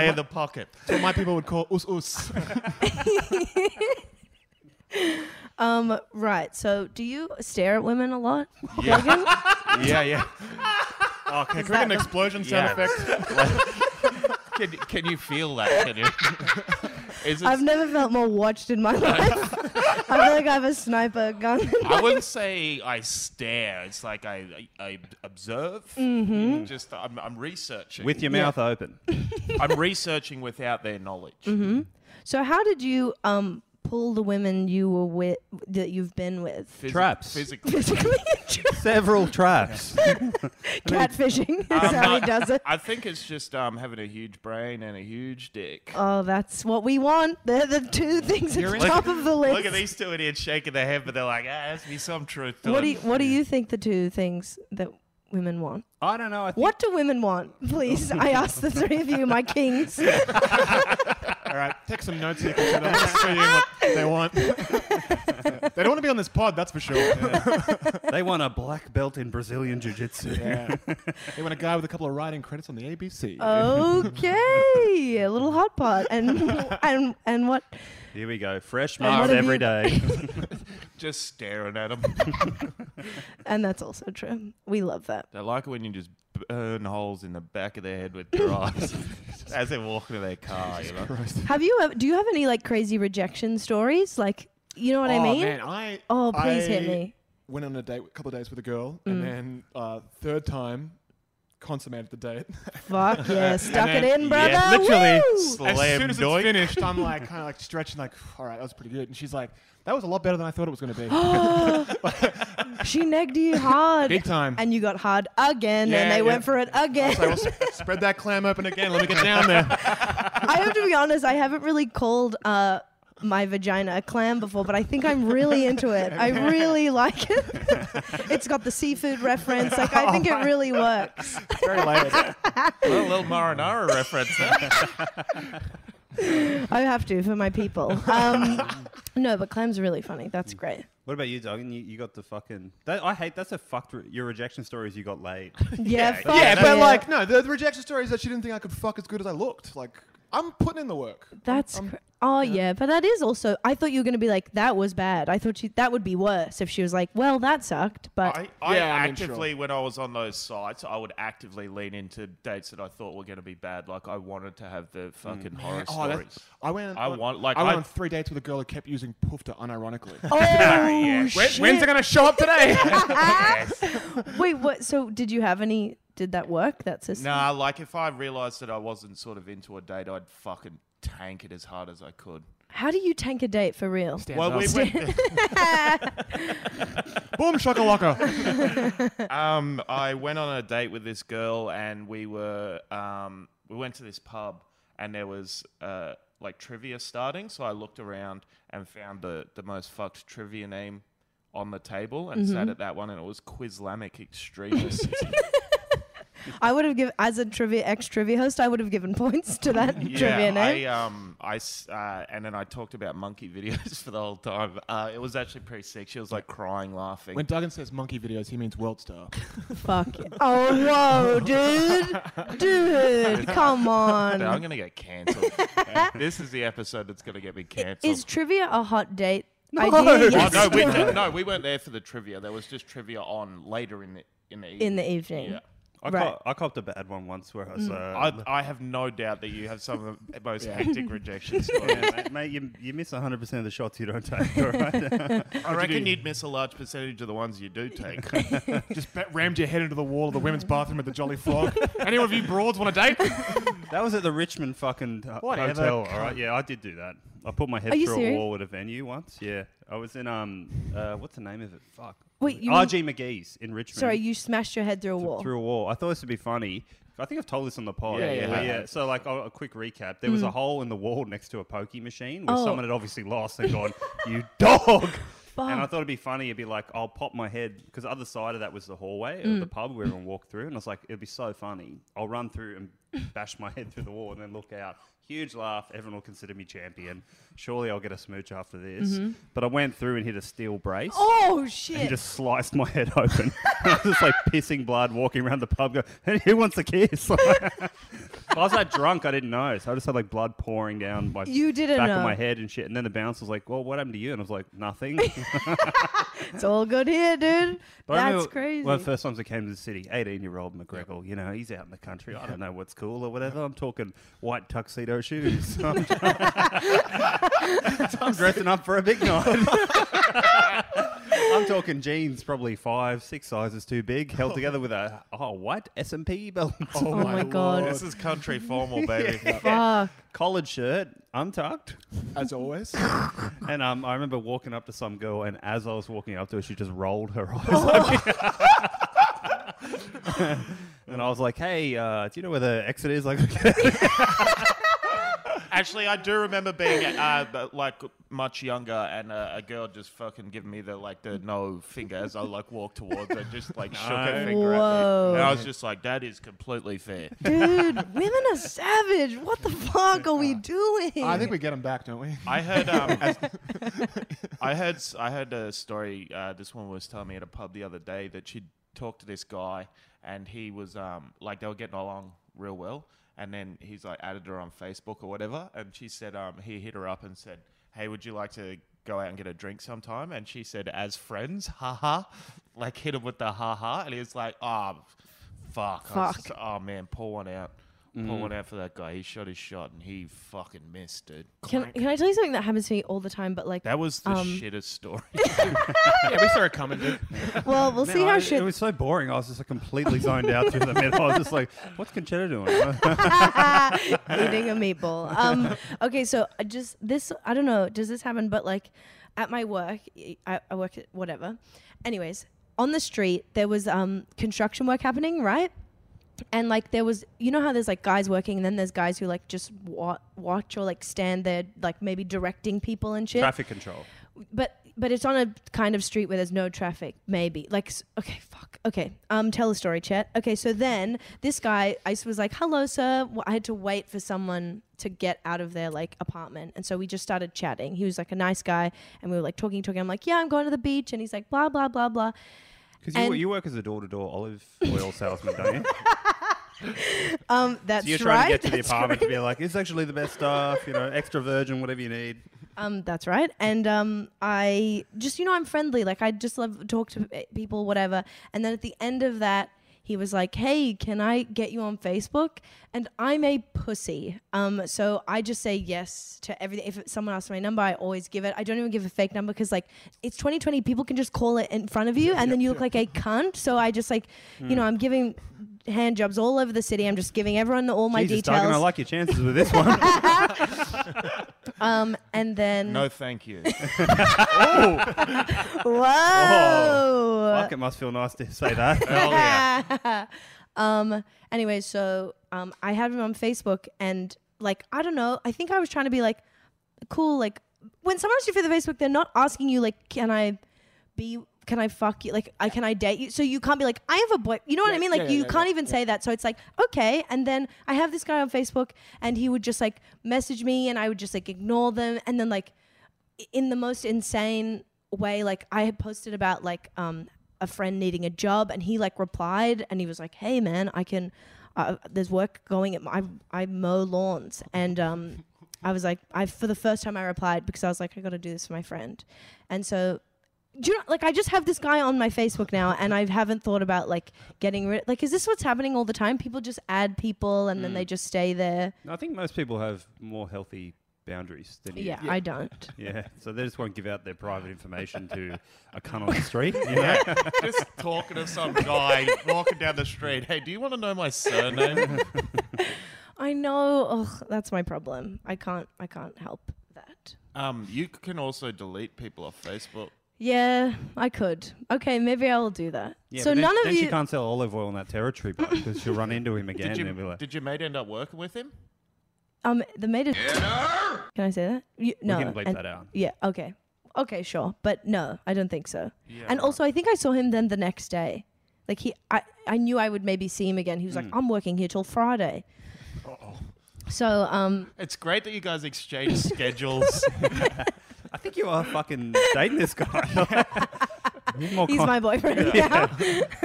Speaker 5: in the pocket.
Speaker 6: That's what my people would call us us.
Speaker 7: um, right. So, do you stare at women a lot?
Speaker 5: Yeah, yeah.
Speaker 6: Okay, can we get an explosion sound
Speaker 5: Yeah.
Speaker 6: effect?
Speaker 5: [LAUGHS] Can, can you feel that? Can you? [LAUGHS] Is it,
Speaker 7: I've never felt more watched in my [LAUGHS] life. I feel like I have a sniper gun. [LAUGHS]
Speaker 5: I wouldn't say I stare. It's like I, I, I observe.
Speaker 7: Mm-hmm.
Speaker 5: Just I'm, I'm researching.
Speaker 8: With your
Speaker 7: Yeah.
Speaker 8: mouth open.
Speaker 5: I'm researching without their knowledge.
Speaker 7: Mm-hmm. so, how did you um pull the women you were with that you've been with? [LAUGHS]
Speaker 5: Physi-
Speaker 8: Traps.
Speaker 5: Physically. Um,
Speaker 7: Physically,
Speaker 8: Several traps.
Speaker 7: [LAUGHS] catfishing. That's
Speaker 5: Um,
Speaker 7: how he
Speaker 5: no,
Speaker 7: does it.
Speaker 5: I think it's just um, having a huge brain and a huge dick.
Speaker 7: Oh, that's what we want. They're the two things at the top of the list.
Speaker 5: Look at these two idiots shaking their head, but they're like, ah, that's be some truth to
Speaker 7: What
Speaker 5: it."
Speaker 7: do you, What do you think the two things that women want?
Speaker 8: I don't know. I think
Speaker 7: What do women want? Please, I ask the three of you,
Speaker 5: [LAUGHS]
Speaker 7: my kings.
Speaker 6: All right, take some notes here. Consider. Let's see what they [LAUGHS] want. they don't want to be on this pod, that's for sure. Yeah.
Speaker 8: they want a black belt in Brazilian jiu-jitsu.
Speaker 6: [LAUGHS] They want a guy with a couple of writing credits on the ABC.
Speaker 7: Oh. Okay, a little hot pot, and and and what?
Speaker 8: Here we go. Fresh
Speaker 7: And what
Speaker 8: marks
Speaker 7: have
Speaker 8: every
Speaker 7: you-
Speaker 8: day. [LAUGHS]
Speaker 5: Just staring at them. [LAUGHS]
Speaker 7: And that's also true. We love that.
Speaker 5: they like it when you just burn holes in the back of their head with [LAUGHS] your eyes as they're walking to their car. You know?
Speaker 7: Have you? ever- Do you have any like crazy rejection stories? Like, you know what I
Speaker 6: oh,
Speaker 7: mean?
Speaker 6: man, I
Speaker 7: Oh, please
Speaker 6: I
Speaker 7: hit me. Mm.
Speaker 6: Went on a date, a couple of days with a girl, and then uh, third time, consummated the date. [LAUGHS]
Speaker 7: Fuck yeah, stuck
Speaker 6: then-
Speaker 7: it in, brother.
Speaker 5: literally.
Speaker 7: Woo!
Speaker 5: Slam
Speaker 6: as soon as
Speaker 5: doink.
Speaker 6: it's finished, I'm [LAUGHS] like kind of like stretching, like, all right, that was pretty good. And she's like, that was a lot better than I thought it was going
Speaker 7: [GASPS]
Speaker 6: to be. [LAUGHS]
Speaker 7: she negged you hard.
Speaker 6: Big time.
Speaker 7: And you got hard again,
Speaker 6: Yeah,
Speaker 7: and they
Speaker 6: yeah.
Speaker 7: went for it again.
Speaker 6: I will spread that clam open again. Let me get down there.
Speaker 7: [LAUGHS] I have to be honest, I haven't really called uh, my vagina a clam before, but I think I'm really into it. I really like it. [LAUGHS] it's got the seafood reference. Like, [LAUGHS] I think it really works.
Speaker 6: Very [LAUGHS] layered.
Speaker 5: a little marinara reference. huh?
Speaker 7: I have to for my people. [LAUGHS] Um, no, but clams are really funny. That's great.
Speaker 8: What about you, Doug? You, you got the fucking. That, I hate. That's a fucked. Re- your rejection story is you got laid.
Speaker 7: [LAUGHS] Yeah, fuck
Speaker 6: Yeah, but
Speaker 7: it.
Speaker 6: like, no, the, the rejection story is that she didn't think I could fuck as good as I looked. Like, I'm putting in the work. I'm-
Speaker 7: That's
Speaker 6: I'm-
Speaker 7: cr- oh yeah. but that is also. I thought you were gonna be like that was bad. I thought she that would be worse if she was like, well, that sucked. But [LAUGHS]
Speaker 5: I, I
Speaker 6: Yeah, I mean, sure.
Speaker 5: actively, when I was on those sites, I would actively lean into dates that I thought were going to be bad. Like I wanted to have the fucking horror
Speaker 6: Oh, that-
Speaker 5: stories.
Speaker 6: I went.
Speaker 5: I want- like,
Speaker 6: I went
Speaker 5: I-
Speaker 6: on three dates with a girl who kept using poofta [LAUGHS] unironically.
Speaker 7: [LAUGHS] oh shit.
Speaker 6: gonna show up
Speaker 7: [LAUGHS]
Speaker 6: today?
Speaker 5: [LAUGHS]
Speaker 7: Wait, what? So did you have any? Did that work? That system?
Speaker 5: Nah, like if I realized that I wasn't sort of into a date, I'd fucking tank it as hard as I could.
Speaker 7: How do you tank a date for real?
Speaker 5: well, we went,
Speaker 6: Boom shakalaka.
Speaker 5: um, I went on a date with this girl, and we were um, we went to this pub, and there was uh, like trivia starting. So I looked around and found the the most fucked trivia name on the table, and
Speaker 7: Mm-hmm.
Speaker 5: sat at that one, and it was Quizlamic Extremists.
Speaker 7: I would have given as a trivia ex trivia host. I would have given [LAUGHS] points to that [LAUGHS] trivia name.
Speaker 5: I um I s- uh, and then I talked about monkey [LAUGHS] videos for the whole time. Uh, it was actually pretty sick. She was like crying, laughing.
Speaker 6: when Duggan says monkey videos, he means world star.
Speaker 7: Fuck. yeah. Oh whoa, dude, dude, come on.
Speaker 5: Dude, I'm gonna get cancelled.
Speaker 7: [LAUGHS]
Speaker 5: this is the episode that's gonna get me cancelled.
Speaker 7: Is trivia a hot date? No.
Speaker 5: Oh, no, we did, no, we weren't there for the trivia. There was just trivia on later in the in the evening.
Speaker 7: in the evening.
Speaker 5: Yeah.
Speaker 8: I,
Speaker 7: Right. Hmm.
Speaker 8: cop- I copped a bad one once where I was. Uh,
Speaker 5: I, I have no doubt that you have some of the most hectic rejection [LAUGHS]
Speaker 8: [LAUGHS]
Speaker 5: stories.
Speaker 8: yeah, mate, mate, you, you miss 100% of the shots you don't take, all right?
Speaker 5: I reckon you'd miss a large percentage of the ones you do [LAUGHS] take.
Speaker 6: Just ba- rammed your head into the wall of the women's bathroom at the Jolly [LAUGHS] Frog. Any of you broads want a date?
Speaker 8: that was at the Richmond fucking uh,
Speaker 6: Whatever,
Speaker 8: hotel, all right? Yeah, I did do that. I put my head
Speaker 7: Are you
Speaker 8: through
Speaker 7: serious?
Speaker 8: a wall at a venue once. Yeah. I was in, um, uh, what's the name of it? Fuck.
Speaker 7: Wait, you mean,
Speaker 8: RG McGee's in Richmond.
Speaker 7: sorry, you smashed your head through a wall.
Speaker 8: through a wall. I thought this would be funny. I think I've told this on the pod.
Speaker 5: Yeah, yeah,
Speaker 8: But
Speaker 5: yeah.
Speaker 8: So, like, a, a quick recap. There was a hole in the wall next to a pokey machine where
Speaker 7: Mm. Oh.
Speaker 8: someone had obviously lost and gone, "You
Speaker 7: [LAUGHS]
Speaker 8: dog." And I
Speaker 7: Fuck.
Speaker 8: thought it'd be funny. It'd be like, I'll pop my head because the other side of that was the hallway of
Speaker 7: Mm.
Speaker 8: the pub where everyone walked through, and I was like, it'd be so funny. I'll run through and [LAUGHS] bash my head through the wall, and then look out. Huge laugh. Everyone will consider me champion. Surely I'll get a smooch after this. But I went through and hit a steel brace
Speaker 7: Mm-hmm. Oh
Speaker 8: and [LAUGHS]
Speaker 7: shit!
Speaker 8: just sliced my head open. [LAUGHS] I was just like pissing blood, walking around the pub, going, hey, "Who wants a kiss?" [LAUGHS] Like, I was like drunk, I didn't know, so I just had like blood pouring down my
Speaker 7: You didn't
Speaker 8: back
Speaker 7: know.
Speaker 8: of my head and shit. And then the bouncer was like, "Well, what happened to you?" And I was like,
Speaker 7: [LAUGHS]
Speaker 8: "Nothing."
Speaker 7: it's all good here, dude.
Speaker 8: But I remember
Speaker 7: That's crazy.
Speaker 8: One of the first times I came to the city, eighteen-year-old McGregor, you know, he's out in the country. I don't know what's cool or whatever. I'm talking white tuxedo shoes.
Speaker 7: [LAUGHS]
Speaker 8: I'm [LAUGHS] dressing up for a big night. [LAUGHS] I'm talking jeans, probably five, six sizes too big, held together with a oh white S and P belt,
Speaker 7: oh my
Speaker 8: [LAUGHS]
Speaker 7: god!
Speaker 5: this is country formal, [LAUGHS] baby.
Speaker 7: Fuck.
Speaker 8: collared shirt, untucked.
Speaker 6: As [LAUGHS] always.
Speaker 8: And um, I remember walking up to some girl, and as I was walking up to her, she just rolled her eyes. at me.
Speaker 7: Oh.
Speaker 8: [LAUGHS] and I was like, "Hey, uh, do you know where the exit is?" Like, [LAUGHS]
Speaker 5: Actually, I do remember being uh, but, like much younger, and uh, a girl just fucking giving me the like the no finger as I like walked towards her, just like shook her finger at me, and I was just like, "That is completely fair."
Speaker 7: Dude, women are savage. What the fuck are we doing?
Speaker 6: I think we get them back, don't we?
Speaker 5: I heard, um, I heard, s- I heard a story. Uh, this woman was telling me at a pub the other day that she'd talked to this guy, and he was um, like they were getting along real well, and then he's like added her on Facebook or whatever, and she said um, he hit her up and said, "Hey, would you like to?" Go out and get a drink sometime, and she said, "As friends, haha," like hit him with the haha, and he was like, "Ah, fuck, I was
Speaker 7: Fuck.
Speaker 5: just- oh man, pull one out, pull one out for that guy. He shot his shot, and he fucking missed, dude."
Speaker 7: can, can I tell you something that happens to me all the time? But like,
Speaker 5: That was the
Speaker 7: Um,
Speaker 5: shittest story.
Speaker 6: [LAUGHS] yeah, we saw it coming, dude.
Speaker 8: [LAUGHS]
Speaker 7: well, we'll see how shit.
Speaker 8: It was so boring. I was just like completely zoned out through the middle. I was just like, "What's Conchetta doing?"
Speaker 7: [LAUGHS] eating a meatball. Um, okay, so I just this I don't know. Does this happen? But like, at my work, I, I work at whatever. Anyways, on the street there was um, construction work happening, right? And like there was, you know how there's like guys working, and then there's guys who like just wa- watch or like stand there, like maybe directing people and
Speaker 8: [LAUGHS]
Speaker 7: shit
Speaker 8: Traffic control.
Speaker 7: but but it's on a kind of street where there's no traffic maybe like s- okay fuck okay um tell a story chet okay so then this guy i s- was like hello sir Wh- i had to wait for someone to get out of their like apartment and so we just started chatting he was like a nice guy and we were like talking talking i'm like yeah i'm going to the beach and he's like blah blah blah blah
Speaker 8: Because you,
Speaker 7: And- [LAUGHS]
Speaker 8: you work as a door-to-door olive oil salesman, don't you?
Speaker 7: Um, that's
Speaker 8: So you're trying
Speaker 7: right.
Speaker 8: to get to the
Speaker 7: that's
Speaker 8: apartment
Speaker 7: right.
Speaker 8: to be like, it's actually the best stuff, you know, extra virgin, whatever you need.
Speaker 7: Um, that's right. And um, I just, you know, I'm friendly. Like I just love to talk to eh, people, whatever. And then at the end of that, he was like, "Hey, can I get you on Facebook?" And I'm a pussy. Um, so I just say yes to everything. If someone asks for my number, I always give it. I don't even give a fake number because, like, it's 2020. People can just call it in front of you, and then you look like a cunt. So I just like, you know,
Speaker 8: Hmm.
Speaker 7: I'm giving hand jobs all over the city. I'm just giving everyone all my
Speaker 8: Jesus,
Speaker 7: details.
Speaker 8: Duggan, I like your chances with this one.
Speaker 7: um, and then
Speaker 5: No,
Speaker 8: [LAUGHS]
Speaker 5: thank
Speaker 7: [LAUGHS]
Speaker 5: you.
Speaker 7: whoa.
Speaker 8: Fuck, it must feel nice to
Speaker 9: [LAUGHS]
Speaker 8: say that.
Speaker 9: Oh,
Speaker 7: [LAUGHS] um. Anyway, so um, I had him on Facebook, and like I don't know. I think I was trying to be like, cool. Like when someone asks you for the Facebook, they're not asking you like, can I be. Can I fuck you? Like, I can I date you? So you can't be like, I have a boy. You know what I mean? Like,
Speaker 6: yeah,
Speaker 7: you
Speaker 6: yeah,
Speaker 7: can't
Speaker 6: yeah,
Speaker 7: even say that. So it's like, okay. And then I have this guy on Facebook, and he would just like message me, and I would just like ignore them. And then like, in the most insane way like i had posted about like um a friend needing a job and he like replied and he was like hey man i can uh, there's work going at my i mow lawns and um i was like i for the first time i replied because i was like i gotta do this for my friend and so do you know, like I just have this guy on my Facebook now, and I haven't thought about like getting rid. Like, is this what's happening all the time? People just add people, and
Speaker 8: Mm.
Speaker 7: then they just stay there.
Speaker 8: I think most people have more healthy boundaries than you.
Speaker 7: Yeah, I don't.
Speaker 8: Yeah, so they just won't give out their private information to a cunt
Speaker 7: [LAUGHS]
Speaker 8: on the street. You know?
Speaker 9: [LAUGHS] Just talking to some guy walking down the street. Hey, do you want to know my [LAUGHS] surname?
Speaker 7: I know. Ugh, that's my problem. I can't. I can't help that.
Speaker 9: um, you can also delete people off Facebook.
Speaker 7: Yeah, I could. Okay, maybe I will do that.
Speaker 8: Yeah,
Speaker 7: so
Speaker 8: but then,
Speaker 7: none
Speaker 8: then
Speaker 7: of
Speaker 8: she
Speaker 7: you.
Speaker 8: can't sell olive oil in that territory because she'll run into him again
Speaker 9: [LAUGHS] Did
Speaker 8: and be
Speaker 9: you,
Speaker 8: like,
Speaker 9: did your mate end up working with him?
Speaker 7: Um, the maid. Is, can I say that? You, no.
Speaker 8: can bleep
Speaker 7: and-
Speaker 8: that out.
Speaker 7: Yeah. Okay. Okay. Sure. But no, I don't think so. and also, I think I saw him then the next day. Like he, I, I knew I would maybe see him again. He was
Speaker 9: Mm.
Speaker 7: like, "I'm working here till Friday." So
Speaker 9: [LAUGHS]
Speaker 7: um,
Speaker 9: It's great that you guys exchange [LAUGHS] schedules.
Speaker 8: I think you are fucking dating this
Speaker 7: [LAUGHS]
Speaker 8: guy. [LAUGHS] you, have more
Speaker 7: he's
Speaker 8: con-
Speaker 7: my boyfriend now.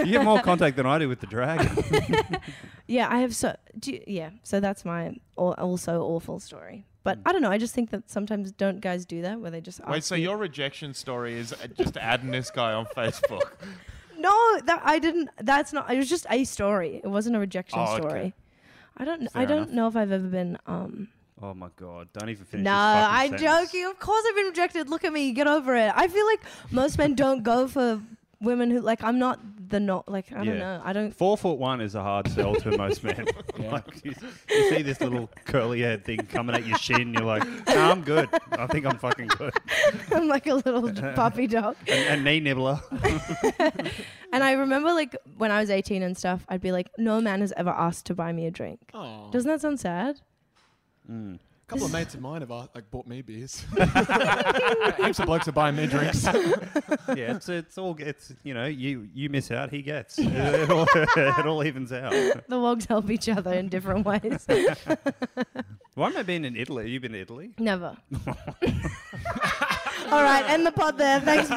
Speaker 8: you have more contact than I do with the dragon.
Speaker 7: [LAUGHS] Yeah, I have so. Do you- yeah, so that's my al- also awful story. But I don't know. I just think that sometimes don't guys do that where they just
Speaker 9: Mm. Wait,
Speaker 7: ask
Speaker 9: so
Speaker 7: you-
Speaker 9: your rejection story is uh, just adding this guy on Facebook?
Speaker 7: no that I didn't. That's not. It was just a story. It wasn't a rejection
Speaker 9: Oh, okay.
Speaker 7: story. I don't. I don't know if I've ever been. um
Speaker 8: Oh my god! Don't even finish.
Speaker 7: No,
Speaker 8: this fucking
Speaker 7: I'm
Speaker 8: sentence.
Speaker 7: joking. Of course I've been rejected. Look at me. Get over it. I feel like most men don't go for women who like. I'm not the not like. I
Speaker 8: Yeah.
Speaker 7: don't know. I don't. [LAUGHS]
Speaker 8: Four foot one is a hard sell to [LAUGHS] most men. Like, you, you see this little curly haired thing coming at your shin, and you're like, "Nah, I'm good. I think I'm fucking good.
Speaker 7: I'm like
Speaker 8: [LAUGHS]
Speaker 7: a little puppy dog.
Speaker 8: And, and knee nibbler.
Speaker 7: And I remember like when I was 18 and stuff, I'd be like, no man has ever asked to buy me a drink.
Speaker 6: Oh,
Speaker 7: Doesn't that sound
Speaker 8: [LAUGHS]
Speaker 7: sad?
Speaker 6: a couple of mates of mine have uh, like bought me [LAUGHS] beers. Heaps of blokes are buying me [LAUGHS] drinks.
Speaker 8: [LAUGHS]
Speaker 6: Oh,
Speaker 8: yeah, it's it's all it's you know you you miss out, he gets. [LAUGHS] It, all, it all evens out.
Speaker 7: The wogs help each other in
Speaker 8: [LAUGHS]
Speaker 7: different ways.
Speaker 8: Why am I being in Italy? You've been to Italy? [LAUGHS]
Speaker 7: Never. All right, end the pod there. Thanks,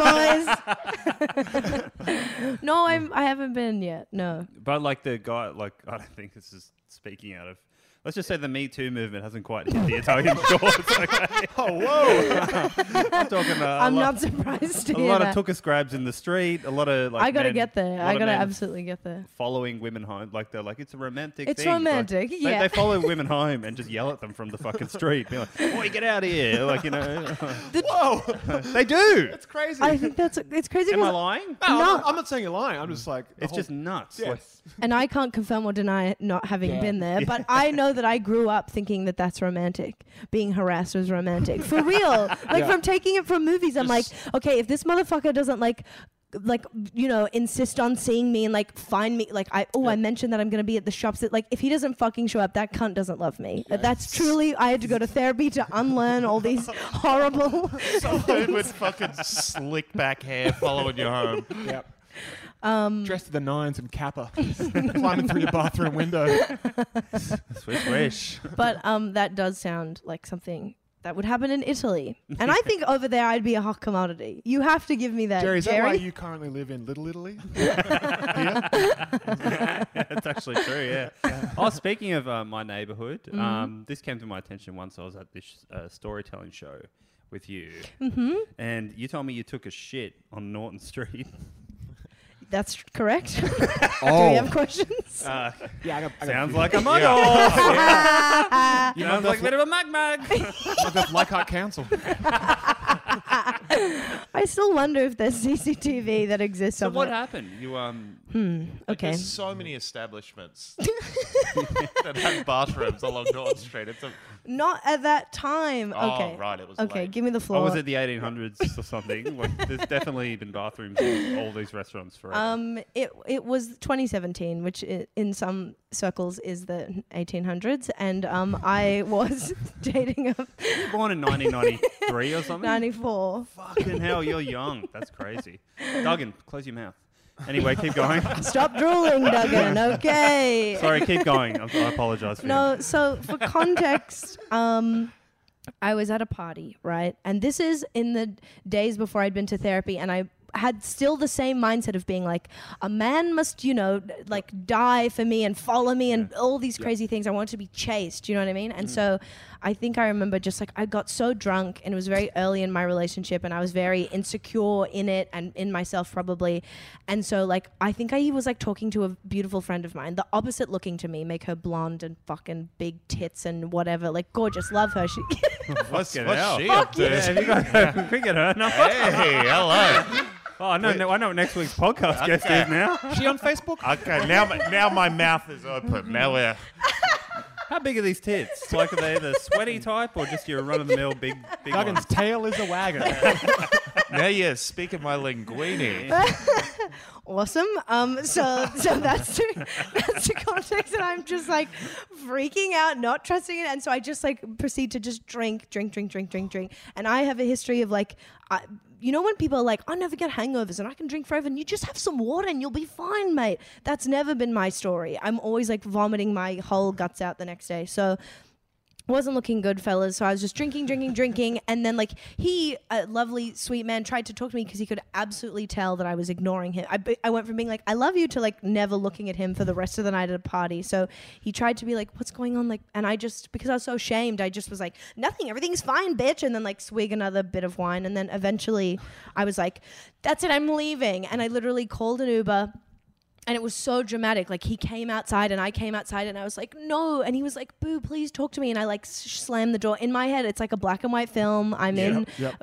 Speaker 8: [LAUGHS]
Speaker 7: boys. [LAUGHS] no, I'm. I haven't been yet. No.
Speaker 8: But like the guy, like I don't think this is speaking out of. Let's just say the Me Too movement hasn't quite hit the [LAUGHS] Italian shores. Okay. Oh whoa! I'm talking. Uh,
Speaker 7: I'm
Speaker 8: a lot,
Speaker 7: not surprised to
Speaker 8: A
Speaker 7: hear
Speaker 8: lot
Speaker 7: that.
Speaker 8: of took grabs in the street. A lot of like.
Speaker 7: I gotta
Speaker 8: men-
Speaker 7: get
Speaker 8: a
Speaker 7: there.
Speaker 8: lot
Speaker 7: I
Speaker 8: of
Speaker 7: gotta
Speaker 8: men
Speaker 7: absolutely get there.
Speaker 8: Following women home, like they're like it's a romantic.
Speaker 7: It's
Speaker 8: thing. Like,
Speaker 7: romantic,
Speaker 8: they-
Speaker 7: yeah.
Speaker 8: They, [LAUGHS] follow women home and just yell at them from the [LAUGHS] fucking street. Be like, "Boy, get out of here!" Like you know. [LAUGHS] Whoa!
Speaker 6: [LAUGHS]
Speaker 8: they do.
Speaker 6: It's
Speaker 7: [LAUGHS]
Speaker 6: crazy.
Speaker 7: I think that's. It's crazy.
Speaker 8: Am I [LAUGHS]
Speaker 7: 'cause-
Speaker 8: lying?
Speaker 6: No, I'm,
Speaker 7: No.
Speaker 6: not, I'm not saying you're lying. I'm just like the
Speaker 8: It's
Speaker 6: whole-
Speaker 8: just nuts. Like,
Speaker 6: [LAUGHS] yes.
Speaker 7: and I can't confirm or deny not having
Speaker 6: Yeah.
Speaker 7: been there, but I know that I grew up thinking that that's romantic. Being harassed was romantic for real. Like from taking it from movies, I'm like, okay, if this motherfucker doesn't like. Like you know, insist on seeing me and like find me. Like I oh, I mentioned that I'm gonna be at the shops. That like if he doesn't fucking show up, that cunt doesn't love me. That's truly. I had to go to therapy to unlearn all these horrible.
Speaker 9: Dude with [LAUGHS] fucking slick back hair following you home.
Speaker 6: Yep.
Speaker 7: [LAUGHS] Um,
Speaker 6: Dressed to the nines in Kappa, climbing through your
Speaker 7: Uh,
Speaker 6: bathroom window.
Speaker 8: Swish, swish. [LAUGHS]
Speaker 7: but um, that does sound like something That would happen in Italy. And I think over there I'd be a hot commodity. You have to give me that.
Speaker 6: Jerry,
Speaker 7: Jerry,
Speaker 6: is that why you currently live in
Speaker 7: [LAUGHS]
Speaker 6: Little Italy?
Speaker 8: That's actually true, yeah. Oh, speaking of uh, my neighborhood, um, this came to my attention once I was at this uh, storytelling show with you. Mm-hmm. And you told me you took a shit on Norton Street.
Speaker 7: That's correct. [LAUGHS] Do
Speaker 9: Oh,
Speaker 7: we have
Speaker 6: Oh.
Speaker 7: questions? [LAUGHS]
Speaker 6: [LAUGHS] yeah, I got, I got
Speaker 8: Sounds [LAUGHS]
Speaker 6: few.
Speaker 8: like a mug. Yeah.
Speaker 7: Uh,
Speaker 6: you
Speaker 8: Sounds like
Speaker 6: might
Speaker 8: a
Speaker 6: have,
Speaker 8: bit of a mug mug.
Speaker 6: might have
Speaker 7: [LAUGHS]
Speaker 6: Leichhardt Council.
Speaker 7: I still wonder if there's CCTV that exists. Hmm,
Speaker 8: so
Speaker 7: of
Speaker 8: what
Speaker 7: it.
Speaker 8: happened? You um
Speaker 7: Okay.
Speaker 9: There's so many [LAUGHS] establishments that have bathrooms along North Street. It's
Speaker 7: [LAUGHS]
Speaker 9: a,
Speaker 7: Not at that time.
Speaker 9: Oh,
Speaker 7: okay.
Speaker 9: right, it was
Speaker 7: Okay,
Speaker 9: late.
Speaker 7: give me the
Speaker 8: I
Speaker 7: floor.
Speaker 8: was at the 1800s or something. Like, there's definitely been bathrooms in all these restaurants forever.
Speaker 7: um, it it was 2017, which i- in some circles is the 1800s, and um, I was [LAUGHS] dating a
Speaker 8: you born in 1993 or something?
Speaker 7: 94.
Speaker 8: Fucking hell, you're young. That's crazy. Duggan, close your mouth. Anyway, keep going. [LAUGHS]
Speaker 7: Stop drooling, Duggan. Okay.
Speaker 8: Sorry, keep going. I, I apologize for
Speaker 7: [LAUGHS] No, so for context, um, I was at a party, right? And this is in the days before I'd been to therapy, and I had still the same mindset of being like, a man must, you know, d- like die for me and follow me and all these crazy things. I wanted to be chased, you know what I mean? And so I think I remember just like I got so drunk, and it was very early in my relationship, and I was very insecure in it and in myself probably. And so like I think I was like talking to a beautiful friend of mine, the opposite looking to me, make her blonde and fucking big tits and whatever, like gorgeous, love her. She [LAUGHS]
Speaker 8: you. What's,
Speaker 9: what's she up to?
Speaker 8: Yeah, [LAUGHS] have you got quick at her? No.
Speaker 9: Hey, hello.
Speaker 8: Oh, I know, I know what next week's podcast guest is now.
Speaker 6: she on Facebook?
Speaker 5: Okay, now my- now my mouth is open. Now we're
Speaker 8: How big are these tits? Like, are they the
Speaker 7: [LAUGHS]
Speaker 8: sweaty type or just your run of the mill big, big
Speaker 6: [LAUGHS] Duggan's
Speaker 8: ones?
Speaker 6: tail is a
Speaker 9: [LAUGHS]
Speaker 6: wagon.
Speaker 5: now you're speaking my linguini.
Speaker 7: awesome. Um, so so [LAUGHS] that's the, that's the context, and I'm just like freaking out, not trusting it, and so I just like proceed to just drink, drink, drink, drink, drink, drink, and I have a history of like. I, you know when people are like, I never get hangovers and I can drink forever and you just have some water and you'll be fine, mate. That's never been my story. I'm always like vomiting my whole guts out the next day. So wasn't looking good, fellas. So I was just drinking, drinking, drinking, and then like he, a lovely, sweet man, tried to talk to me because he could absolutely tell that I was ignoring him. I, be- I went from being like I love you to like never looking at him for the rest of the night at a party. So he tried to be like, "What's going on?" Like, and I just because I was so ashamed, I just was like, "Nothing, everything's fine, bitch." And then like swig another bit of wine, and then eventually, I was like, "That's it, I'm leaving." And I literally called an Uber and it was so dramatic like he came outside and i came outside and i was like no and he was like boo please talk to me and i like s- slammed the door in my head it's like a black and white film i'm in
Speaker 6: Yep.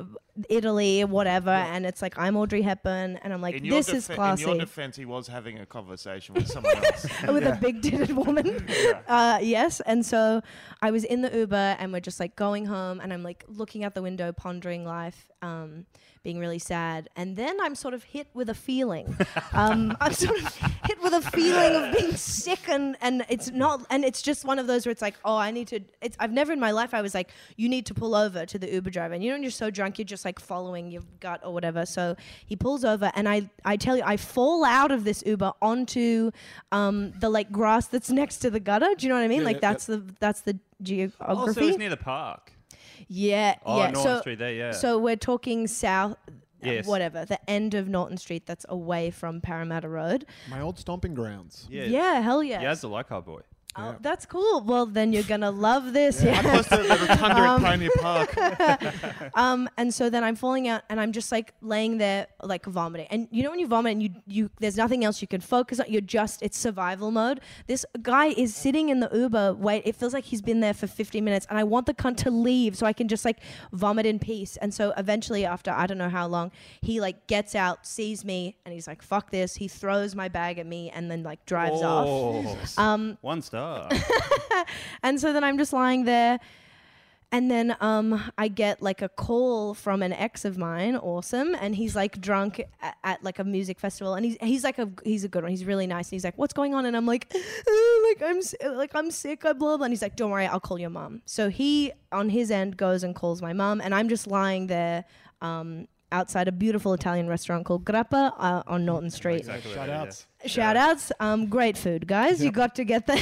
Speaker 7: italy whatever and it's like i'm audrey hepburn and i'm like
Speaker 9: In your,
Speaker 7: this
Speaker 9: defe-
Speaker 7: is classy
Speaker 9: in your defense, he was having a conversation with someone [LAUGHS] else.
Speaker 7: [LAUGHS] with a big titted woman. [LAUGHS] Uh, yes. And so I was in the Uber and we're just like going home and I'm like looking out the window, pondering life, um, being really sad. And then I'm sort of hit with a feeling. um, I'm sort of hit with a feeling of being sick and, and it's not, and it's just one of those where it's like, oh, I need to, it's, I've never in my life, I was like, you need to pull over to the Uber driver. And you know, when you're so drunk, you're just like following your gut or whatever. So he pulls over and I, I tell you, I fall out of this Uber onto um, the like grass that's next to the gutter. Do you know what I mean?
Speaker 6: Yeah,
Speaker 7: like
Speaker 6: yeah,
Speaker 7: that's the, that's the
Speaker 8: Also,
Speaker 7: geography.
Speaker 8: it's near the park.
Speaker 7: yeah.
Speaker 8: Oh,
Speaker 7: yeah.
Speaker 8: Norton
Speaker 7: so,
Speaker 8: Street there, yeah.
Speaker 7: so we're talking south,
Speaker 8: Yes.
Speaker 7: whatever, the end of Norton Street that's away from Parramatta Road.
Speaker 6: My old stomping grounds.
Speaker 8: yeah.
Speaker 7: Yeah, hell yeah.
Speaker 8: Yaz's a Leichhardt boy.
Speaker 7: Oh, that's cool. Well, then you're going to love this. yeah.
Speaker 6: Close to the rotunda at Pioneer Park.
Speaker 7: Um, and so then I'm falling out, and I'm just like laying there, like vomiting. And you know when you vomit, and you you there's nothing else you can focus on. You're just it's survival mode. This guy is sitting in the Uber. Wait, it feels like he's been there for 15 minutes, and I want the cunt to leave so I can just like vomit in peace. And so eventually, after I don't know how long, he like gets out, sees me, and he's like, "Fuck this!" He throws my bag at me, and then like
Speaker 8: Oh.
Speaker 7: drives off.
Speaker 8: Um, One
Speaker 7: [LAUGHS]
Speaker 8: star.
Speaker 7: And so then I'm just lying there. And then um, I get like a call from an ex of mine, awesome, and he's like drunk at, at like a music festival, and he's he's like a he's a good one, he's really nice, and he's like, "What's going on?" And I'm like, "Uh, "Like I'm s- like I'm sick, I blah blah," and he's like, "Don't worry, I'll call your mom." So he on his end goes and calls my mom, and I'm just lying there um, outside a beautiful Italian restaurant called Grappa uh, on Norton Street,
Speaker 6: Shoutouts.
Speaker 7: Shout outs. Um, great food, guys. You got to get
Speaker 8: [LAUGHS]
Speaker 7: that.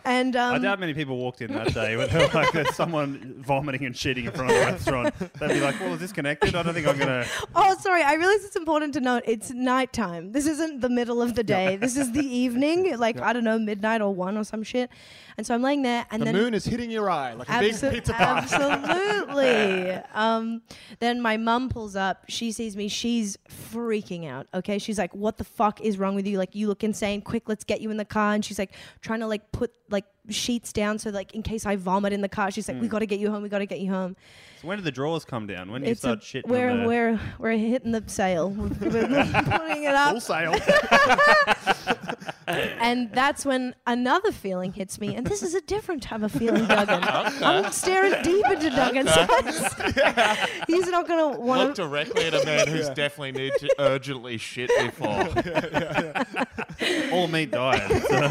Speaker 7: [LAUGHS] and um,
Speaker 8: I doubt many people walked in that day when they were [LAUGHS] like, there's someone vomiting and shitting in front of the restaurant. They'd be like, well, is this connected? I don't think I'm
Speaker 7: [LAUGHS]
Speaker 8: going to.
Speaker 7: Oh, sorry. I realize it's important to note it's nighttime. This isn't the middle of the day. This is the
Speaker 6: [LAUGHS]
Speaker 7: evening, like, I don't know, midnight or one or some shit. And so I'm laying there and
Speaker 6: The
Speaker 7: then.
Speaker 6: moon is hitting your eye like a
Speaker 7: Abso-
Speaker 6: big pizza pie. [LAUGHS]
Speaker 7: Absolutely. um, then my mum pulls up. She sees me. She's freaking out. Okay. She's like, "What the fuck is wrong with you? Like, you look insane. Quick, let's get you in the car." And she's like, trying to like put like sheets down so like in case I vomit in the car. She's
Speaker 6: Mm.
Speaker 7: like, "We got to get you home. We got to get you home."
Speaker 8: So when did the drawers come down? When did you
Speaker 7: a-
Speaker 8: start shitting
Speaker 7: we're,
Speaker 8: on the...
Speaker 7: we're we're hitting the sail. [LAUGHS] We're putting it up.
Speaker 8: sale.
Speaker 7: [LAUGHS] And that's when another feeling hits me. And this is a different type of
Speaker 9: [LAUGHS]
Speaker 7: feeling, Duggan. I'm staring deep into Duggan's eyes. He's not going to
Speaker 9: Look
Speaker 7: want to.
Speaker 9: directly at a man who's definitely Uh, need to urgently shit before.
Speaker 8: All meat diet. [LAUGHS] So,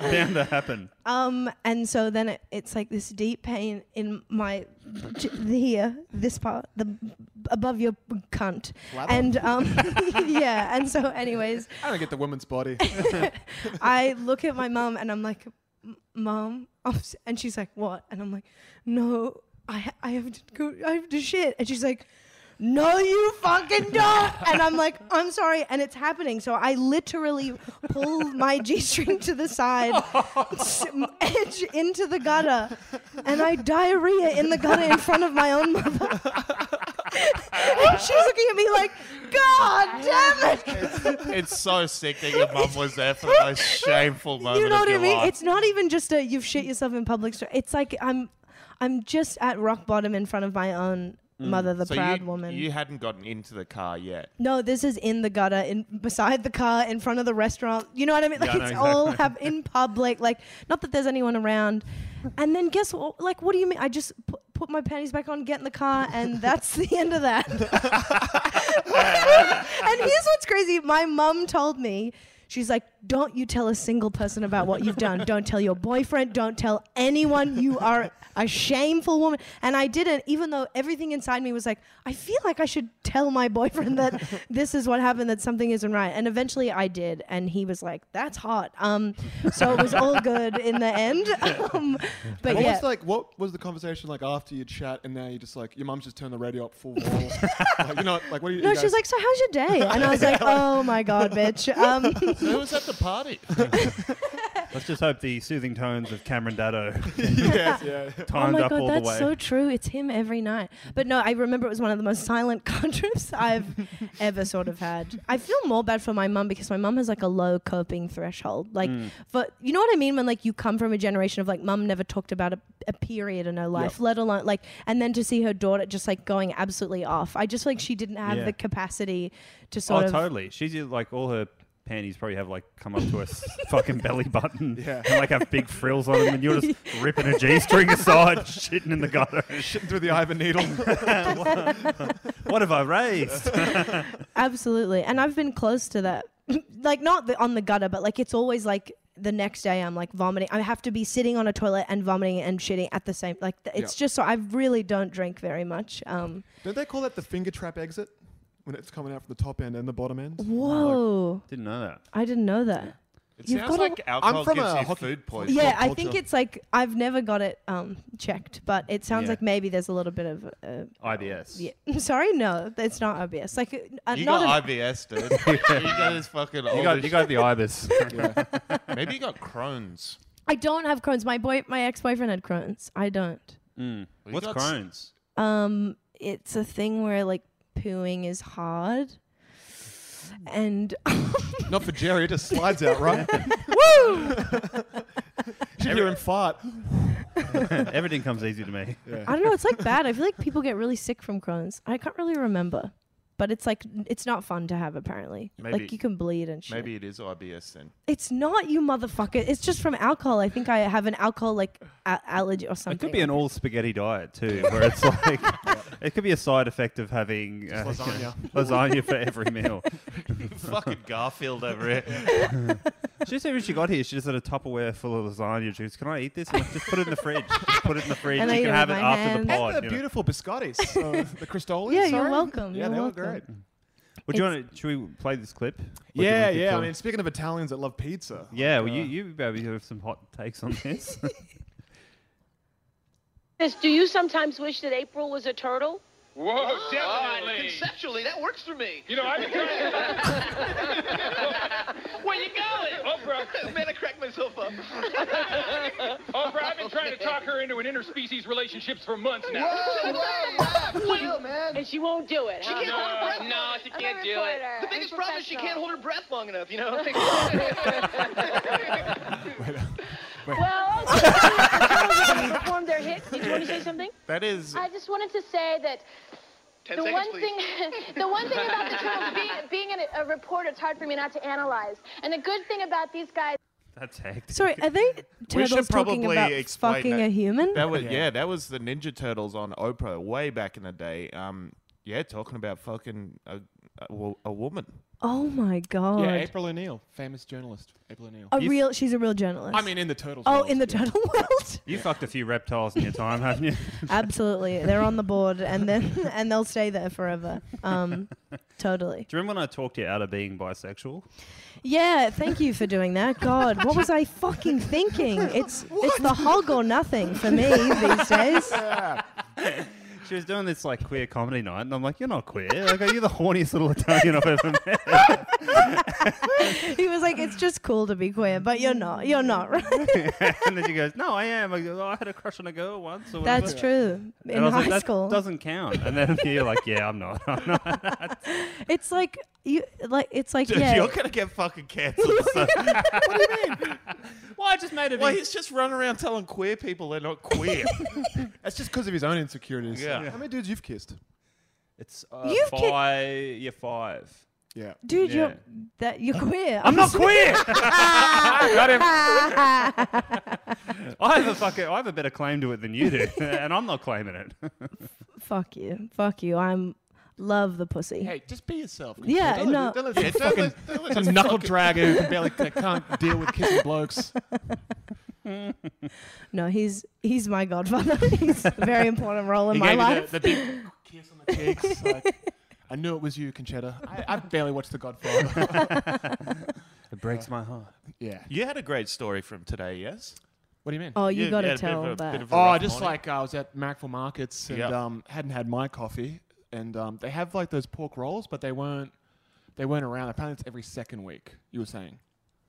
Speaker 8: bound to happen.
Speaker 7: Um, and so then it, it's like this deep pain in my j- the here, this part, the b- above your cunt. And um, [LAUGHS] yeah. And so, anyways,
Speaker 6: I don't get the
Speaker 7: [LAUGHS]
Speaker 6: woman's body.
Speaker 7: I look at my mum and I'm like, "M- Mum, I'm s- and she's like, what? And I'm like, no, I ha- I have to go, I have to shit, and she's like. No, you fucking don't. And I'm like, I'm sorry. And it's happening. So I literally pull my G string to the side, s- edge into the gutter, and I diarrhea in the gutter in front of my own mother. [LAUGHS] and she's looking at me like, God damn it.
Speaker 9: it's so sick that your mum was there for the
Speaker 7: [LAUGHS]
Speaker 9: most shameful moment
Speaker 7: You know
Speaker 9: of
Speaker 7: what I
Speaker 9: your
Speaker 7: mean?
Speaker 9: life.
Speaker 7: It's not even just a you've shit yourself in public. St- it's like I'm, I'm just at rock bottom in front of my own mother, the
Speaker 9: so
Speaker 7: proud
Speaker 9: you,
Speaker 7: woman.
Speaker 9: you hadn't gotten into the car yet.
Speaker 7: no, this is in the gutter, in beside the car, in front of the restaurant. You know what I mean? Like
Speaker 8: Yeah, I know
Speaker 7: it's
Speaker 8: exactly.
Speaker 7: all hap- in public. Like not that there's anyone around. And then guess what? Like what do you mean? I just pu- put my panties back on, get in the car, and that's the end of that. [LAUGHS] and here's what's crazy. My mum told me, she's like, don't you tell a single person about what you've done. Don't tell your boyfriend. Don't tell anyone. You are a shameful woman. And I didn't, even though everything inside me was like, I feel like I should tell my boyfriend
Speaker 6: [LAUGHS]
Speaker 7: that this is what happened, that something isn't right. And eventually I did. And he was like, that's hot. Um, so it was all good in the
Speaker 6: [LAUGHS]
Speaker 7: end. Um, but
Speaker 6: what
Speaker 7: yeah.
Speaker 6: was like? What was the conversation like after you chat, and now you just like your mum's just turned the radio up
Speaker 9: [LAUGHS]
Speaker 6: full wall. like, you know, like what are you?
Speaker 7: no,
Speaker 6: you
Speaker 7: she
Speaker 6: guys-
Speaker 7: was like, so how's your day? And
Speaker 6: [LAUGHS]
Speaker 7: I was like, oh my God, bitch. Um,
Speaker 9: So who was at the party?
Speaker 8: Let's just hope the soothing tones of Cameron [LAUGHS] Daddo
Speaker 6: yes,
Speaker 8: [LAUGHS]
Speaker 6: yeah.
Speaker 8: timed
Speaker 7: oh my
Speaker 8: up
Speaker 7: god,
Speaker 8: all
Speaker 7: that's
Speaker 8: the way.
Speaker 7: so true. It's him every night. But no, I remember it was one of the most silent [LAUGHS] car
Speaker 8: [LAUGHS]
Speaker 7: trips I've ever sort of had. I feel more bad for my mum because my mum has like a low coping threshold. Like,
Speaker 8: Mm.
Speaker 7: for you know what I mean when like you come from a generation of like mum never talked about a, a period in her life, let alone like, and then to see her daughter just like going absolutely off. I just feel like she didn't have
Speaker 8: Yeah.
Speaker 7: the capacity to
Speaker 8: oh,
Speaker 7: sort of.
Speaker 8: totally. She's just, like all her panties probably have like come up to a s- fucking belly button and like have big frills on them, and you're just ripping a g-string aside, shitting in the gutter.
Speaker 6: Shitting through the eye of a needle.
Speaker 8: What have I raised?
Speaker 7: Absolutely. And I've been close to that. [LAUGHS] like not the, on the gutter, but like it's always like the next day I'm like vomiting. I have to be sitting on a toilet and vomiting and shitting at the same like th- it's
Speaker 6: Yeah.
Speaker 7: just so I really don't drink very much. Um
Speaker 6: Don't they call that the finger trap exit when it's coming out from the top end and the bottom end?
Speaker 7: whoa.
Speaker 8: [LAUGHS] Didn't know that.
Speaker 7: I didn't know that.
Speaker 9: It
Speaker 7: You've
Speaker 9: sounds
Speaker 7: gotta-
Speaker 9: like alcohol
Speaker 6: from
Speaker 9: gives
Speaker 6: a
Speaker 9: you
Speaker 6: hockey-
Speaker 9: food poisoning.
Speaker 7: Yeah,
Speaker 6: pop
Speaker 7: I
Speaker 6: culture.
Speaker 7: think it's like I've never got it um checked, but it sounds
Speaker 8: Yeah.
Speaker 7: like maybe there's a little bit of uh,
Speaker 8: IBS.
Speaker 7: yeah. [LAUGHS] Sorry, no, it's not obvious. Like uh,
Speaker 9: You
Speaker 7: [LAUGHS] not an-
Speaker 9: got IBS, dude. you got this fucking
Speaker 8: You
Speaker 9: old
Speaker 8: got, you got the [LAUGHS] ibis.
Speaker 9: [LAUGHS] Maybe you got Crohn's.
Speaker 7: I don't have Crohn's. My boy my ex-boyfriend had Crohn's. I don't.
Speaker 9: You
Speaker 8: What's
Speaker 9: got s-
Speaker 8: Crohn's?
Speaker 7: Um, it's a thing where like pooing is hard.
Speaker 9: [LAUGHS]
Speaker 7: And
Speaker 6: [LAUGHS] Not for Jerry, it just slides out, right? [LAUGHS]
Speaker 7: woo!
Speaker 6: you hear him fart.
Speaker 8: [LAUGHS] Everything comes easy to me.
Speaker 7: I don't know, it's like bad. I feel like people get really sick from Crohn's. I can't really remember. But it's like it's not fun to have apparently.
Speaker 9: Maybe-
Speaker 7: like you can bleed and shit.
Speaker 9: Maybe it is IBS then.
Speaker 7: It's not you motherfucker. It's just from alcohol. I think I have an alcohol like a- allergy or something.
Speaker 8: It could be an all spaghetti diet too, where it's like [LAUGHS] it could be a side effect of having uh,
Speaker 6: lasagna.
Speaker 8: [LAUGHS] lasagna for every meal.
Speaker 5: [LAUGHS]
Speaker 9: fucking Garfield over here.
Speaker 8: She just said when she got here, she just had a Tupperware full of lasagna. She goes, "Can I eat this?" I'm like, just put it in the
Speaker 7: [LAUGHS]
Speaker 8: fridge. Just put it in the fridge.
Speaker 7: And I
Speaker 8: you
Speaker 7: eat
Speaker 8: can
Speaker 7: it
Speaker 8: have it
Speaker 7: with my
Speaker 8: after the
Speaker 7: hands.
Speaker 8: pod.
Speaker 6: and the
Speaker 8: you know.
Speaker 7: [LAUGHS]
Speaker 6: beautiful biscottis, uh, the Cristolis.
Speaker 7: Yeah,
Speaker 6: sorry.
Speaker 7: you're welcome.
Speaker 6: Yeah,
Speaker 7: you're
Speaker 6: they
Speaker 7: welcome.
Speaker 6: were great.
Speaker 8: Well, do you want to? Should we play this clip? Or do you
Speaker 6: yeah,
Speaker 8: want to
Speaker 6: yeah. I
Speaker 8: play-
Speaker 6: mean, uh, speaking of Italians that love pizza.
Speaker 8: yeah. Well, you you maybe have some hot takes
Speaker 7: [LAUGHS]
Speaker 8: on this. [LAUGHS]
Speaker 10: This, do you sometimes wish that April was a turtle?
Speaker 11: Whoa, definitely. Oh, conceptually, that works for me. You know, I've been trying. [LAUGHS] Where you
Speaker 12: Oh,
Speaker 11: going? Oprah. [LAUGHS] Man, I cracked myself
Speaker 12: [LAUGHS]
Speaker 11: up.
Speaker 12: Oprah, Oh, I've been trying to talk her into an interspecies relationships for months now.
Speaker 11: Whoa, whoa, chill, man.
Speaker 10: And she won't do it.
Speaker 11: She
Speaker 10: huh?
Speaker 11: can't hold her breath. long enough.
Speaker 12: she can't do it.
Speaker 11: The biggest problem is she can't hold her breath long enough, you [LAUGHS] know?
Speaker 13: Well,
Speaker 11: [LAUGHS]
Speaker 13: okay. performed their hit. Did you want to say something?
Speaker 9: That is.
Speaker 13: I just wanted to say that
Speaker 11: Ten
Speaker 13: the
Speaker 11: seconds,
Speaker 13: one
Speaker 11: please.
Speaker 13: thing, [LAUGHS] the one thing about the
Speaker 11: [LAUGHS]
Speaker 13: turtles being, being an- a reporter, it's hard for me not to analyze. And the good thing about these guys.
Speaker 8: That's hectic.
Speaker 7: Sorry, are they turtles talking about fucking
Speaker 5: that.
Speaker 7: a human?
Speaker 5: That was yeah. that was the Ninja Turtles on Oprah way back in the day. Um, yeah, talking about fucking a, a, wo- a woman.
Speaker 7: Oh my god.
Speaker 6: Yeah, April O'Neil, famous journalist. April O'Neil.
Speaker 7: a real. She's a real journalist.
Speaker 6: I mean, in the turtles.
Speaker 7: Oh,
Speaker 6: world,
Speaker 7: in the
Speaker 6: yeah.
Speaker 7: turtle [LAUGHS] world.
Speaker 8: you fucked a few reptiles in your time, haven't you? [LAUGHS]
Speaker 7: Absolutely, they're on the board, and then [LAUGHS] and they'll stay there forever. Um, totally.
Speaker 8: Do you remember when I talked you out of being bisexual?
Speaker 7: Yeah, thank you for doing that. God, what was I fucking thinking? It's it's the hog or nothing for me these days. [LAUGHS]
Speaker 8: She was doing this like queer comedy night, and I'm like, "You're not queer. Like, are you the horniest little Italian I've ever met?" [LAUGHS]
Speaker 7: He was like, it's just cool to be queer, but you're not. You're not right.
Speaker 8: and then she goes, "No, I am." I go, oh, "I had a crush on a girl once." Or whatever."
Speaker 7: That's true.
Speaker 8: And
Speaker 7: In
Speaker 8: I was
Speaker 7: high
Speaker 8: like, that
Speaker 7: school,
Speaker 8: doesn't count. And then [LAUGHS] you're like, "Yeah, I'm not. [LAUGHS] I'm not."
Speaker 7: it's like you like it's like
Speaker 5: Dude,
Speaker 7: yeah.
Speaker 5: you're gonna get fucking cancelled. so-
Speaker 8: well, I just made it.
Speaker 5: well, he's just running around telling queer people they're not queer.
Speaker 6: That's just because of his own insecurities.
Speaker 5: Yeah. Yeah.
Speaker 6: How many dudes you've kissed?
Speaker 8: It's uh,
Speaker 7: [LAUGHS] You've ki-
Speaker 8: five. You're five.
Speaker 6: Yeah.
Speaker 7: Dude,
Speaker 8: Yeah.
Speaker 7: you're that you're queer.
Speaker 8: I'm
Speaker 7: [LAUGHS]
Speaker 8: not queer. [LAUGHS] Got him. I have a fucking. I have a better claim to it than you do, [LAUGHS] and I'm not claiming it.
Speaker 7: [LAUGHS] Fuck you. Fuck you. I'm love the pussy.
Speaker 9: Hey, just be yourself.
Speaker 7: [LAUGHS] Yeah,
Speaker 9: Don't let-
Speaker 7: no.
Speaker 9: don't let-
Speaker 6: Yeah,
Speaker 9: don't
Speaker 6: fucking
Speaker 9: let- don't let-
Speaker 7: [LAUGHS]
Speaker 6: some [LAUGHS] knuckle dragger who can barely c- can't deal with kissing blokes.
Speaker 7: No, he's he's my godfather. [LAUGHS] he's a very important role in
Speaker 6: He
Speaker 7: my
Speaker 6: gave me
Speaker 7: life.
Speaker 6: The, the big kiss on the [LAUGHS] cheeks. like, I knew it was you, Conchetta. I, I barely watched The Godfather.
Speaker 8: It breaks my heart.
Speaker 6: [LAUGHS] yeah.
Speaker 5: you had a great story from today, yes?
Speaker 6: What do you mean?
Speaker 7: oh, you,
Speaker 5: Yeah,
Speaker 7: got
Speaker 5: yeah, a bit
Speaker 7: to
Speaker 5: of
Speaker 7: tell
Speaker 5: a- bit
Speaker 7: that.
Speaker 5: of a
Speaker 6: Oh,
Speaker 5: rough
Speaker 6: just
Speaker 5: morning.
Speaker 6: like I was at Macville Markets and
Speaker 5: Yeah.
Speaker 6: um, hadn't had my coffee, and um, they have like those pork rolls, but they weren't they weren't around. Apparently, it's every second week. You were saying.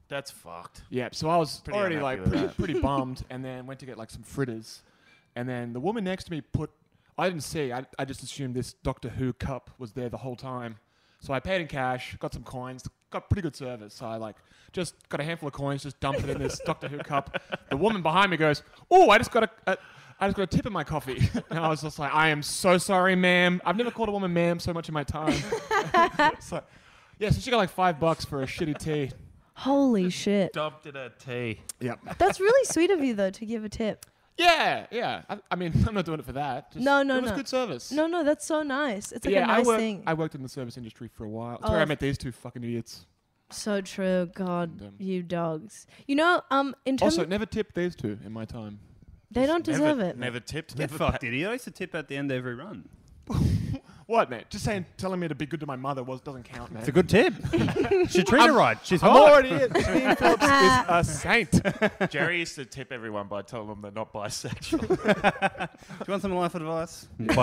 Speaker 5: that's fucked.
Speaker 6: Yeah, so I was
Speaker 5: Pretty
Speaker 6: already
Speaker 5: unhappy
Speaker 6: like
Speaker 5: with
Speaker 6: pretty,
Speaker 5: that. [LAUGHS]
Speaker 6: pretty bummed, and then went to get like some fritters, and then the woman next to me put. I didn't see. I, I just assumed this Doctor Who cup was there the whole time, so I paid in cash, got some coins, got pretty good service. So I like just got a handful of coins, just dumped it in this Doctor Who cup. The woman behind me goes, "Oh, I just got a." a I just got a tip in my coffee. [LAUGHS] And I was just like, I am so sorry, ma'am. I've never called a woman ma'am so much in my time. [LAUGHS] so, yeah, so she got like five bucks for a shitty tea.
Speaker 5: [LAUGHS]
Speaker 7: Holy shit.
Speaker 5: Dumped in a tea.
Speaker 6: Yep.
Speaker 7: That's really sweet of you though to give a tip.
Speaker 6: Yeah, yeah. I, I mean, [LAUGHS] I'm not doing it for that. Just-
Speaker 7: No, no,
Speaker 6: It was
Speaker 7: no.
Speaker 6: good service.
Speaker 7: No, no, that's so nice. It's like
Speaker 6: yeah,
Speaker 7: a nice
Speaker 6: I worked.
Speaker 7: thing.
Speaker 6: I worked in the service industry for a while.
Speaker 7: Oh.
Speaker 6: Sorry, I met these two fucking idiots.
Speaker 7: so true. God,
Speaker 6: And, um,
Speaker 7: you dogs. You know, um, in terms
Speaker 6: Also, never tipped these two in my time.
Speaker 7: they don't deserve
Speaker 5: never,
Speaker 7: it.
Speaker 5: Never [LAUGHS]
Speaker 8: [LAUGHS]
Speaker 5: tipped.
Speaker 8: Get
Speaker 5: Never
Speaker 8: fucked, idiot. I used to tip at the end of every run.
Speaker 6: What, mate? Just saying, telling me to be good to my mother was doesn't count, man.
Speaker 8: It's a good [LAUGHS] tip. she treat her right. She's
Speaker 6: I'm
Speaker 8: hot.
Speaker 6: already [LAUGHS] it. Steve Phillips is a [LAUGHS] saint.
Speaker 5: pa- Jerry used to tip everyone by telling them they're not bisexual.
Speaker 8: Do you want some life advice? Bi-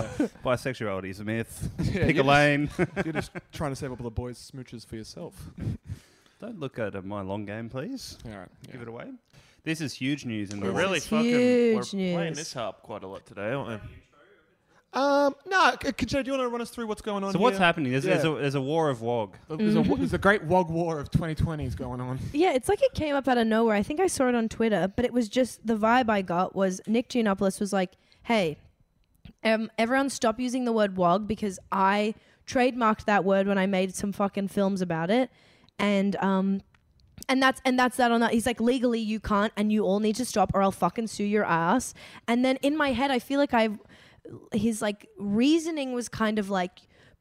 Speaker 8: bisexuality is a [LAUGHS] myth.
Speaker 6: Yeah,
Speaker 8: Pick
Speaker 6: you
Speaker 8: a lane.
Speaker 6: You're just trying to save up all the boys' smooches for yourself.
Speaker 8: Don't look at uh, my long game, please.
Speaker 6: All right.
Speaker 8: Give it away. This is huge news in the
Speaker 5: we're
Speaker 8: world.
Speaker 5: really
Speaker 7: is
Speaker 5: fucking we're
Speaker 7: huge
Speaker 5: playing
Speaker 7: news.
Speaker 5: this up quite a lot today, aren't we?
Speaker 6: Um, no, C- Conchita, do you want to run us through what's going on
Speaker 8: So what's
Speaker 6: here?
Speaker 8: happening? There's, there's, a, there's a war of wog.
Speaker 6: There's, a, there's
Speaker 7: Mm-hmm.
Speaker 6: a great WOG war of 2020s going on.
Speaker 7: Yeah, it's like it came up out of nowhere. I think I saw it on Twitter, but it was just the vibe I got was Nick Giannopoulos was like, "Hey, um, everyone stop using the word wog because I trademarked that word when I made some fucking films about it, and um, and that's and that's that on that. He's like, legally you can't, and you all need to stop, or I'll fucking sue your ass. And then in my head, I feel like I've his like reasoning was kind of like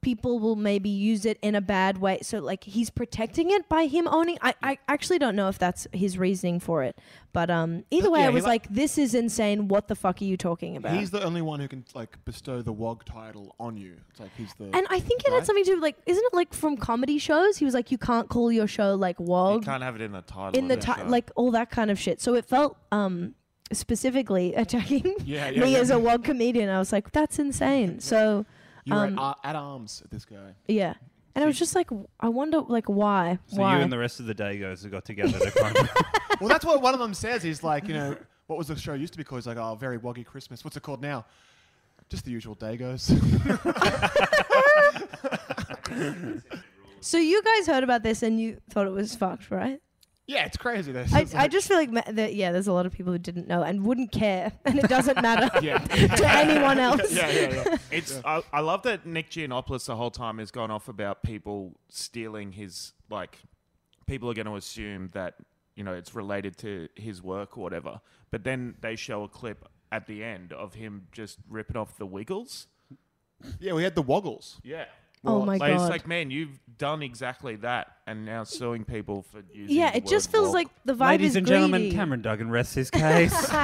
Speaker 7: people will maybe use it in a bad way. So like he's protecting it by him owning. I, I actually don't know if that's his reasoning for it, but um, either way, I
Speaker 6: Yeah, he
Speaker 7: was
Speaker 6: li-
Speaker 7: like, this is insane. What the fuck are you talking about?
Speaker 6: He's the only one who can like bestow the WOG title on you. It's like he's the
Speaker 7: and I think it had
Speaker 6: Right?
Speaker 7: something to do with, like, isn't it like from comedy shows? He was like, you can't call your show like
Speaker 5: You
Speaker 7: Wog
Speaker 5: can't have it in the title.
Speaker 7: Oh, in the
Speaker 5: of your
Speaker 7: ti-
Speaker 5: [LAUGHS] show.
Speaker 7: like all that kind of shit. So it felt um specifically [LAUGHS] attacking
Speaker 6: Yeah, yeah,
Speaker 7: me
Speaker 6: yeah.
Speaker 7: as a wog comedian. I was like,
Speaker 5: [LAUGHS]
Speaker 7: that's insane. So
Speaker 6: You're
Speaker 7: um,
Speaker 6: at, ar- at arms at this guy.
Speaker 7: yeah, and I was just like, w- I wonder like why
Speaker 8: So
Speaker 7: why.
Speaker 8: you and the rest of the Dagos have got together to
Speaker 7: [LAUGHS]
Speaker 8: kind of
Speaker 6: well, that's what one of them says. He's like, you know, what was the show used to be called? He's like, oh, very woggy Christmas. What's it called now? Just the usual Dagos. [LAUGHS]
Speaker 7: so you guys heard about this and you thought it was
Speaker 5: [LAUGHS]
Speaker 7: fucked, right?
Speaker 6: yeah, it's crazy. This.
Speaker 7: I,
Speaker 6: It's
Speaker 7: I
Speaker 6: like-
Speaker 7: just feel like ma- that, yeah, there's a lot of people who didn't know and wouldn't care, [LAUGHS] and
Speaker 5: [LAUGHS]
Speaker 7: it doesn't matter
Speaker 5: Yeah.
Speaker 7: [LAUGHS]
Speaker 5: [LAUGHS]
Speaker 7: to anyone else. [LAUGHS]
Speaker 5: It's I, I love that Nick Giannopoulos the whole time has gone off about people stealing his like people are going to assume that you know it's related to his work or whatever. But then they show a clip at the end of him just ripping off the Wiggles.
Speaker 6: yeah, we had the woggles.
Speaker 5: Yeah.
Speaker 7: Oh my
Speaker 5: like, It's
Speaker 7: God.
Speaker 5: like, man, you've done exactly that, and now suing people for using.
Speaker 7: Yeah,
Speaker 5: the
Speaker 7: it just
Speaker 5: word
Speaker 7: feels
Speaker 5: woke.
Speaker 7: like the vibe
Speaker 8: Ladies
Speaker 7: is
Speaker 8: and gentlemen,
Speaker 7: greedy.
Speaker 8: Cameron Duggan rests his
Speaker 7: [LAUGHS]
Speaker 8: case. [LAUGHS]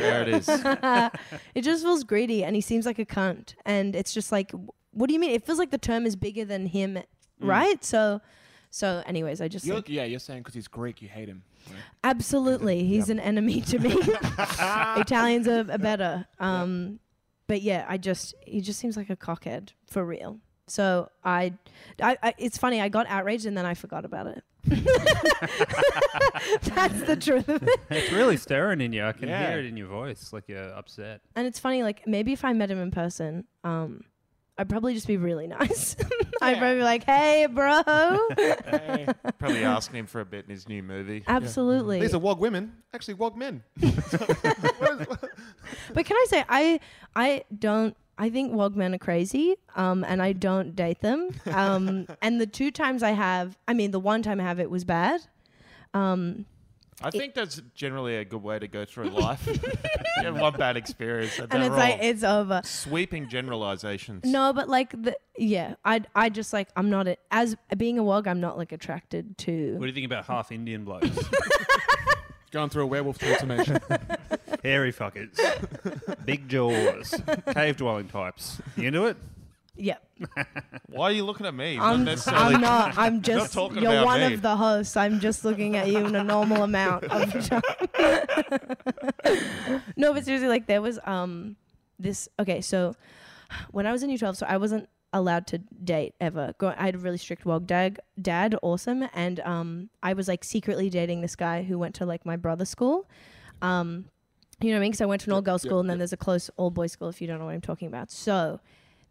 Speaker 5: There it is.
Speaker 7: it just feels greedy, and he seems like a cunt. And it's just like, w- what do you mean? It feels like the term is bigger than him, right? So, so, anyways, I just
Speaker 6: You're,
Speaker 7: think-
Speaker 6: yeah, you're saying because he's Greek, you
Speaker 7: [LAUGHS]
Speaker 6: hate him.
Speaker 7: absolutely he's an enemy to me. [LAUGHS] Italians are, are better, um, but yeah, I just he just seems like a cockhead for real. So I, I, I, it's funny. I got outraged and then I forgot about it. [LAUGHS] That's the truth of it.
Speaker 8: it's really staring in you. I can
Speaker 7: Yeah.
Speaker 8: hear it in your voice, like you're upset.
Speaker 7: And it's funny, like maybe if I met him in person, um, I'd probably just be really [LAUGHS] nice. I'd probably be like, "Hey, bro." [LAUGHS]
Speaker 5: Probably asking him for a bit in his new movie.
Speaker 7: Uh, Absolutely.
Speaker 6: These are wog women. Actually, wog men.
Speaker 7: but can I say, I, I don't. I think Wogmen are crazy, um, and I don't date them. Um, and the two times I have, I mean, the one time I have it was bad. Um,
Speaker 5: I think that's generally a good way to go
Speaker 7: [LAUGHS]
Speaker 5: through life. you have one bad experience, and,
Speaker 7: and
Speaker 5: they're
Speaker 7: it's like
Speaker 5: all
Speaker 7: it's over.
Speaker 5: sweeping generalizations.
Speaker 7: No, but like the yeah, I I just like I'm not a, as being a wog, I'm not like attracted to.
Speaker 8: What do you think about half Indian blokes?
Speaker 6: Going through a werewolf transformation.
Speaker 8: Hairy
Speaker 6: [LAUGHS]
Speaker 8: fuckers. Big jaws. Cave dwelling types. You into it?
Speaker 7: Yeah.
Speaker 9: Why are you looking at me?
Speaker 7: I'm,
Speaker 9: necessarily-
Speaker 7: I'm not.
Speaker 9: You're [LAUGHS] not
Speaker 7: I'm just.
Speaker 9: talking
Speaker 7: You're
Speaker 9: about
Speaker 7: one
Speaker 9: me.
Speaker 7: of the hosts. I'm just looking at you in a normal amount
Speaker 9: [LAUGHS]
Speaker 7: of the time. [LAUGHS] no, but seriously, like there was um this. Okay, so when I was in year 12, so I wasn't allowed to date ever. Go, I had a really strict wog dad, dad, awesome, and um I was like secretly dating this guy who went to like my brother's school. Um, you know what I mean? Because I went to an all girls
Speaker 14: yep,
Speaker 7: school, and then there's a close all boys school. If you don't know what I'm talking about, so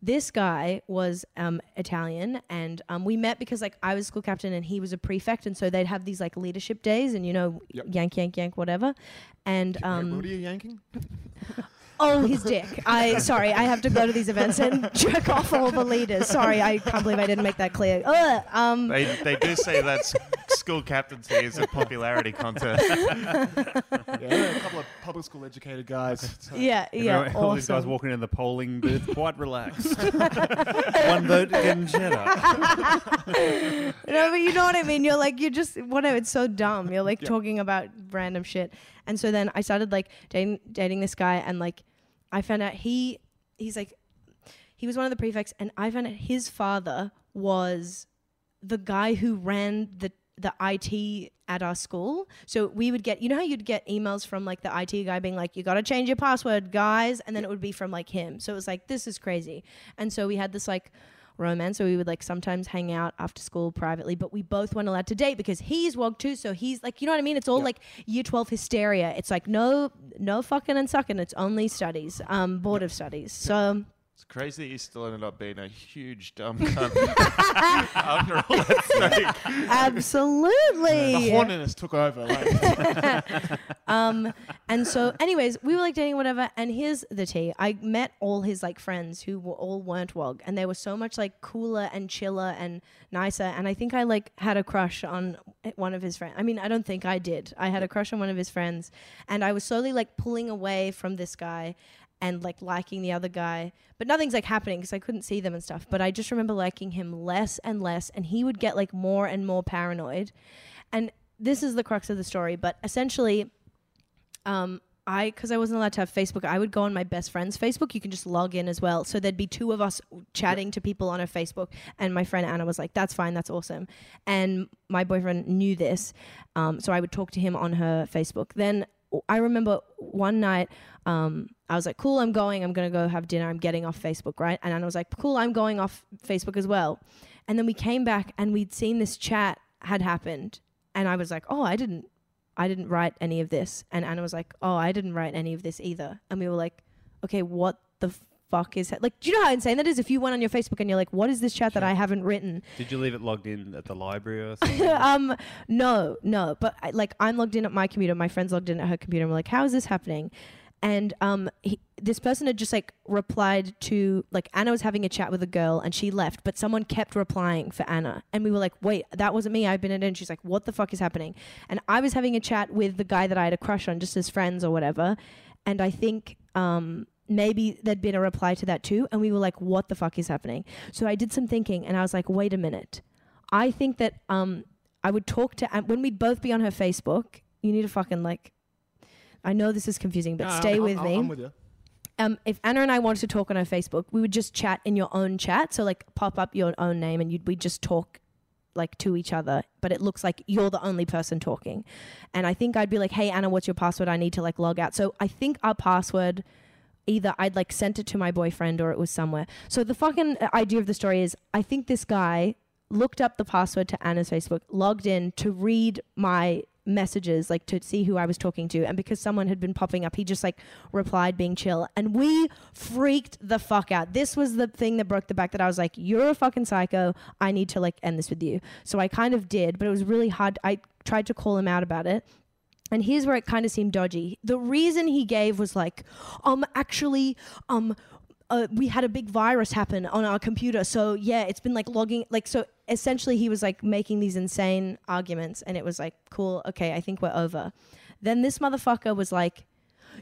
Speaker 7: this guy was um, Italian, and um, we met because like I was school captain and he was a prefect, and so they'd have these like leadership days, and you know,
Speaker 6: Yep.
Speaker 7: yank, yank, yank, whatever. And [LAUGHS] um,
Speaker 6: what are you yanking?
Speaker 7: [LAUGHS] Oh, his dick. I sorry, I have to go to these events
Speaker 14: [LAUGHS]
Speaker 7: and jerk off all the leaders. Sorry, I can't believe I didn't make that clear. Ugh, um,
Speaker 5: They, they do say that s- school captaincy is a popularity
Speaker 7: [LAUGHS]
Speaker 5: contest.
Speaker 6: yeah, a couple of public school educated guys. It's like-
Speaker 7: Yeah, yeah,
Speaker 8: All these guys
Speaker 7: awesome.
Speaker 8: walking in the polling booth, quite
Speaker 7: [LAUGHS]
Speaker 8: relaxed. One vote in Jeddah.
Speaker 7: no, but you know what I mean. You're like, you're just whatever. It's so dumb. You're like talking about random shit. And so then I started like dating dating this guy, and like I found out he he's like he was one of the prefects, and I found out his father was the guy who ran the the IT at our school. So we would get, you know how you'd get emails from like the IT guy being like, you got to change your password, guys. And then it would be from like him. So it was like, this is crazy. And so we had this like romance. So we would like sometimes hang out after school privately, but we both weren't allowed to date because he's WOG too. So he's like, you know what I mean? It's all like year 12 hysteria. It's like, no, no fucking and sucking. It's only studies, um, board of studies. So.
Speaker 5: It's crazy that you still ended up being a huge dumb cunt [LAUGHS] after all that stuff.
Speaker 7: Absolutely.
Speaker 6: The horniness took over. Like.
Speaker 7: um, and so, anyways, we were like dating, whatever. And here's the tea: I met all his like friends who were, all weren't wog, and they were so much like cooler and chiller and nicer. And I think I like had a crush on one of his friends. I mean, I don't think I did. I had a crush on one of his friends, and I was slowly like pulling away from this guy. and like liking the other guy, but nothing's like happening because I couldn't see them and stuff. But I just remember liking him less and less, and he would get like more and more paranoid. And this is the crux of the story, but essentially, um, I because I wasn't allowed to have Facebook, I would go on my best friend's Facebook. You can just log in as well. So there'd be two of us chatting to people on her Facebook, and my friend Anna was like, "That's fine, that's awesome," and my boyfriend knew this, um, so I would talk to him on her Facebook. Then I remember one night. Um, I was like, cool, I'm going. I'm going to go have dinner. I'm getting off Facebook, right? And Anna was like, cool, I'm going off Facebook as well. And then we came back and we'd seen this chat had happened. And I was like, oh, I didn't I didn't write any of this. And Anna was like, oh, I didn't write any of this either. And we were like, okay, what the fuck is that? Like, do you know how insane that is? If you went on your Facebook and you're like, what is this chat that I haven't written?
Speaker 8: Did you leave it logged in at the
Speaker 7: [LAUGHS]
Speaker 8: library or something?
Speaker 7: um, no, no. But I, like, I'm logged in at my computer. My friend's logged in at her computer. And we're like, how is this happening? And um, he, this person had just like replied to like Anna was having a chat with a girl and she left, but someone kept replying for Anna, and we were like, wait, that wasn't me. I've been in. it." And she's like, what the fuck is happening? And I was having a chat with the guy that I had a crush on, just as friends or whatever. And I think um, maybe there'd been a reply to that too, and we were like, what the fuck is happening? So I did some thinking, and I was like, wait a minute. I think that um, I would talk to An- when we'd both be on her Facebook. You need to fucking like. I know this is confusing, but
Speaker 6: No,
Speaker 7: [LAUGHS]
Speaker 6: I'm-
Speaker 7: stay
Speaker 6: I'm-
Speaker 7: with
Speaker 6: I'm-
Speaker 7: me.
Speaker 6: I'm with you.
Speaker 7: Um, if Anna and I wanted to talk on her Facebook, we would just chat in your own chat. So like pop up your own name, and you'd we just talk like to each other. But it looks like you're the only person talking. And I think I'd be like, "Hey Anna, what's your password? I need to like log out." So I think our password either I'd like sent it to my boyfriend or it was somewhere. So the fucking uh, idea of the story is I think this guy looked up the password to Anna's Facebook, logged in to read my messages, like to see who I was talking to. And because someone had been popping up, he just like replied being chill. And we freaked the fuck out. This was the thing that broke the back that I was like, you're a fucking psycho. I need to like end this with you. So I kind of did, but it was really hard. I tried to call him out about it. And here's where it kind of seemed dodgy. The reason he gave was like, um, actually, um, uh, we had a big virus happen on our computer. So yeah, it's been like logging, like so. Essentially, he was like making these insane arguments, and it was like, cool, okay, I think we're over. Then this motherfucker was like,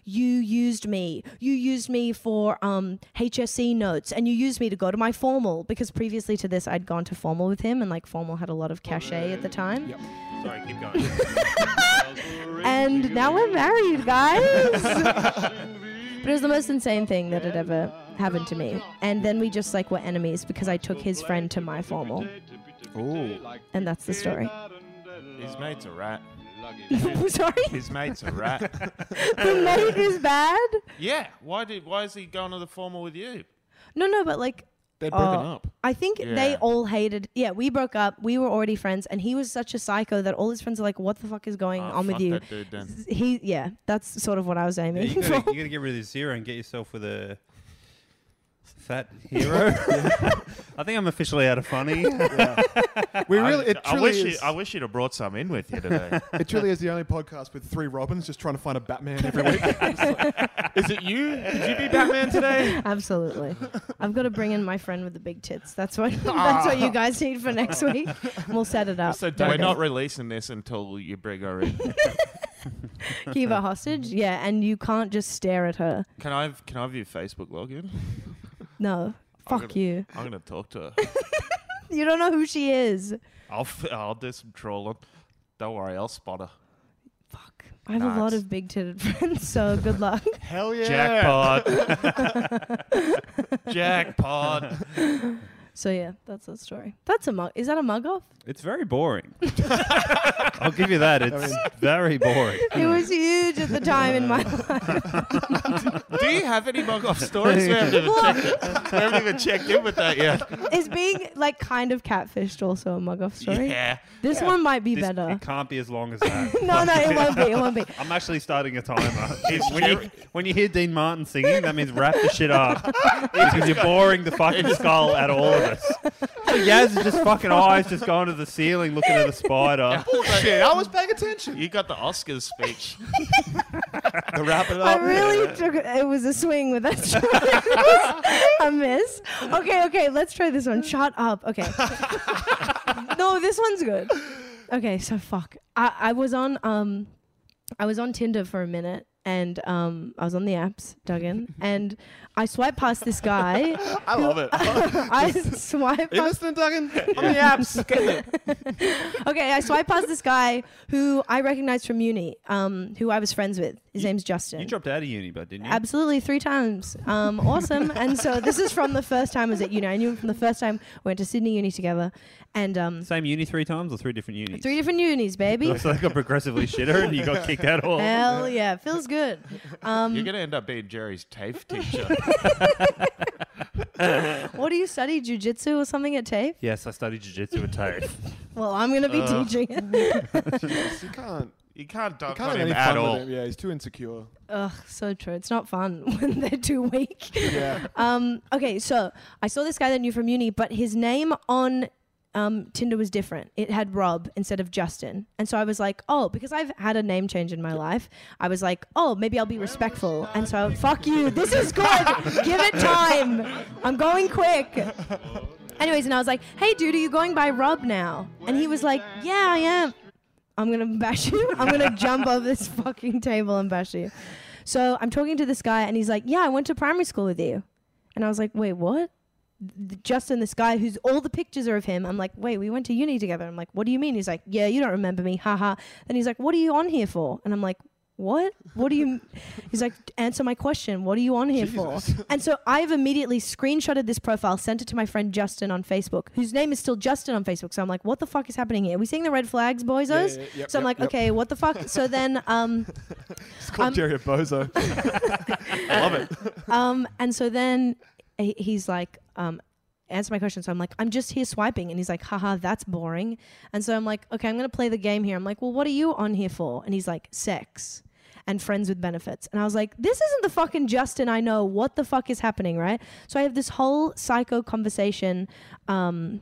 Speaker 7: you used me. You used me for um, HSC notes, and you used me to go to my formal because previously to this, I'd gone to formal with him, and like formal had a lot of cachet at the time.
Speaker 8: Sorry, keep going.
Speaker 7: And now we're
Speaker 8: [LAUGHS]
Speaker 7: married, guys. but it was the most insane thing that had ever happened to me. And then we just like were enemies because I took his friend to my formal.
Speaker 14: Ooh.
Speaker 7: And that's the story. [LAUGHS]
Speaker 14: His mate's a rat.
Speaker 7: Sorry? [LAUGHS]
Speaker 14: His mate's a rat.
Speaker 7: the mate is bad.
Speaker 9: Yeah. Why did? Why is he going to the formal with you?
Speaker 7: No, no, but like
Speaker 9: They'd
Speaker 7: oh,
Speaker 9: broken up.
Speaker 7: I think they
Speaker 9: Yeah.
Speaker 7: all hated. Yeah, we broke up. We were already friends, and he was such a psycho that all his friends are like, "What the fuck is going
Speaker 8: Oh,
Speaker 7: on with
Speaker 8: fuck
Speaker 7: you?"
Speaker 8: that dude then.
Speaker 7: S- He, yeah, that's sort of what I was
Speaker 8: Yeah,
Speaker 7: [LAUGHS] aiming
Speaker 8: you,
Speaker 7: for.
Speaker 8: gotta, you gotta get rid of this zero and get yourself with a fat hero. I think I'm officially out of funny.
Speaker 7: [LAUGHS]
Speaker 5: We really- I- it I truly wish you- is- I wish you'd have brought some in with you [LAUGHS] today.
Speaker 6: it truly is the only podcast with three Robins just trying to find a Batman every
Speaker 7: [LAUGHS]
Speaker 6: week. It's like, is it you? Could you be Batman
Speaker 8: [LAUGHS]
Speaker 6: today?
Speaker 7: Absolutely. I've got to bring in my friend with the big tits. That's what. [LAUGHS] that's what you guys need for next week. We'll set it up.
Speaker 14: so
Speaker 7: Don't
Speaker 14: Ah. we're
Speaker 7: go.
Speaker 14: not releasing this until you bring her in.
Speaker 7: keep her hostage. Yeah, and you can't just stare at her.
Speaker 14: Can I have, can I have your Facebook login?
Speaker 7: No,
Speaker 14: I'm
Speaker 7: fuck
Speaker 14: gonna-
Speaker 7: you.
Speaker 14: I'm gonna talk
Speaker 8: [LAUGHS]
Speaker 14: to her.
Speaker 7: You don't know who she is.
Speaker 14: I'll f- I'll do some trolling. Don't worry, I'll spot her.
Speaker 7: I have a lot of big titted [LAUGHS] friends, so good luck.
Speaker 14: Hell yeah. Jackpot.
Speaker 8: [LAUGHS]
Speaker 14: Jackpot.
Speaker 7: So yeah, that's the story. That's a mug. Is that a mug off?
Speaker 8: It's very boring. [LAUGHS] I'll give you that. It's very boring.
Speaker 7: It was huge at the time in my life.
Speaker 14: Do you have any mug off stories? We haven't even checked it. We haven't even checked in with that yet.
Speaker 7: Is being like kind of catfished also a mug off story?
Speaker 8: Yeah.
Speaker 7: This
Speaker 8: Yeah.
Speaker 7: one might be
Speaker 8: This-
Speaker 7: better.
Speaker 8: [LAUGHS] It can't be as long as that.
Speaker 7: [LAUGHS] No, no, it won't be, it won't be.
Speaker 8: I'm actually starting a timer. when, you, when you hear Dean Martin singing, that means wrap the shit up. because you're boring the fucking skull out of all of us. So Yaz is just fucking eyes just going to the ceiling looking at the spider.
Speaker 9: Bullshit. I was paying
Speaker 6: attention.
Speaker 14: You got the Oscars speech.
Speaker 6: [LAUGHS]
Speaker 8: to wrap it
Speaker 7: I really took it. It was a swing with that. story.
Speaker 6: [LAUGHS]
Speaker 7: It was [LAUGHS] a miss. Okay, okay, let's try this one. Shut up.
Speaker 6: [LAUGHS]
Speaker 7: Okay. no, this one's good. Okay, so fuck. I, I was on um, I was on Tinder for a minute, and um, I was on the apps,
Speaker 6: [LAUGHS]
Speaker 7: Duggan, and I swiped past this guy.
Speaker 6: I
Speaker 7: who-
Speaker 6: love it.
Speaker 7: I swiped past
Speaker 6: Innocent Duggan on the apps. Get it.
Speaker 7: [LAUGHS] okay, I swiped past this guy who I recognized from uni, um, who I was friends with. His name's Justin.
Speaker 8: You dropped out of uni, but didn't you?
Speaker 7: Absolutely, three times. Um, awesome. and so this is from the first time I was at uni. I knew him from the first time we went to Sydney Uni together, and um,
Speaker 8: Same uni three times or three different unis?
Speaker 7: three different unis, baby.
Speaker 8: So they got progressively shitter and you got kicked out all. [LAUGHS]
Speaker 7: [LAUGHS] Hell yeah, feels good. Um,
Speaker 9: You're gonna end up being Jerry's TAFE teacher.
Speaker 7: what do you study, jujitsu or something at TAFE?
Speaker 8: Yes, I studied jiu-jitsu at TAFE.
Speaker 7: Well, I'm gonna be
Speaker 8: Ugh.
Speaker 7: teaching it.
Speaker 6: you can't.
Speaker 14: You can't dunk
Speaker 6: have
Speaker 14: on him
Speaker 6: any
Speaker 14: at
Speaker 6: fun with
Speaker 14: all.
Speaker 6: him. Yeah, he's too insecure.
Speaker 7: Ugh, so true. It's not fun [LAUGHS] when they're too weak.
Speaker 6: Yeah.
Speaker 7: Um, okay, so I saw this guy that I knew from uni, but his name on um, Tinder was different. It had Rob instead of Justin. And so I was like, oh, because I've had a name change in my life, I was like, oh, maybe I'll be respectful. And so, fuck you. This is good. Give it time. I'm going quick. Anyways, and I was like, hey, dude, are you going by Rob now? And he was like, yeah, I am. I'm gonna bash you. [LAUGHS] I'm gonna jump over
Speaker 6: [LAUGHS]
Speaker 7: this fucking table and bash you. So I'm talking to this guy, and he's like, "Yeah, I went to primary school with you," and I was like, "Wait, what?" Th- Justin, this guy who's all the pictures are of him. I'm like, "Wait, we went to uni together." I'm like, "What do you mean?" He's like, "Yeah, you don't remember me, haha." Then he's like, "What are you on here for?" And I'm like. What? What do you? m-" [LAUGHS] He's like, answer my question. What are you on here for? And so I've immediately screenshotted this profile, sent it to my friend Justin on Facebook, whose name is still Justin on Facebook. So I'm like, what the fuck is happening here? Are we seeing the red flags, boysos?
Speaker 6: Yeah, yeah, yeah, yep,
Speaker 7: so I'm
Speaker 6: yep,
Speaker 7: like,
Speaker 6: yep.
Speaker 7: okay, what the fuck? So
Speaker 6: [LAUGHS]
Speaker 7: then, um,
Speaker 6: It's called
Speaker 7: Um,
Speaker 6: Jerry a bozo. Love it.
Speaker 7: um, and so then he- he's like, um, answer my question. So I'm like, I'm just here swiping. And he's like, haha, that's boring. And so I'm like, okay, I'm going to play the game here. I'm like, well, what are you on here for? And he's like, sex and friends with benefits. And I was like, this isn't the fucking Justin I know. What the fuck is happening, right? So I have this whole psycho conversation. Um,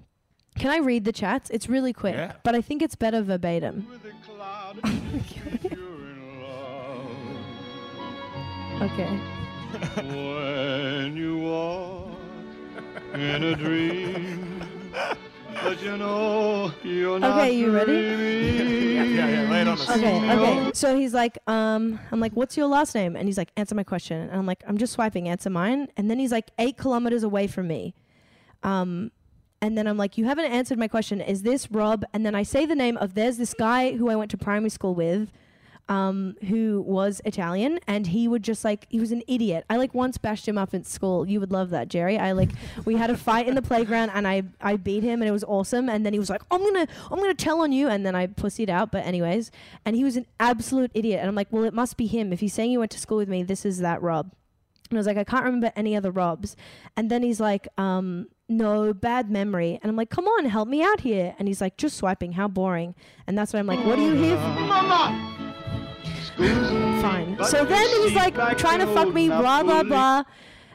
Speaker 7: can I read the chats? It's really quick,
Speaker 11: Yeah.
Speaker 7: but I think it's better verbatim.
Speaker 2: [LAUGHS]
Speaker 7: okay.
Speaker 2: when you walk in a dream, but you know you're not
Speaker 7: Okay, you ready?
Speaker 2: dreaming.
Speaker 6: Yeah, yeah, lay it on
Speaker 7: [LAUGHS]
Speaker 6: us.
Speaker 7: Okay, okay. So he's like, um, I'm like, what's your last name? And he's like, answer my question. And I'm like, I'm just swiping, answer mine. And then he's like, eight kilometers away from me. Um, and then I'm like, you haven't answered my question. Is this Rob? And then I say the name of there's this guy who I went to primary school with. Um, who was Italian and he would just like he was an idiot. I like once bashed him up at school. You would love that, Jerry. I like we had a fight in the playground and I I beat him and it was awesome. And then he was like, I'm gonna I'm gonna tell on you. And then I pussied out. But anyways, and he was an absolute idiot. And I'm like, well, it must be him. If he's saying you went to school with me, this is that Rob. And I was like, I can't remember any other Robs. And then he's like, um, no, bad memory. And I'm like, come on, help me out here. And he's like, just swiping. How boring. And that's when I'm like, what are you here for?
Speaker 11: Mama!
Speaker 7: Fine.
Speaker 11: But
Speaker 7: So then he's
Speaker 11: she's
Speaker 7: like
Speaker 11: back
Speaker 7: trying to
Speaker 11: to
Speaker 7: fuck me, blah, blah,
Speaker 11: Napoli.
Speaker 7: blah.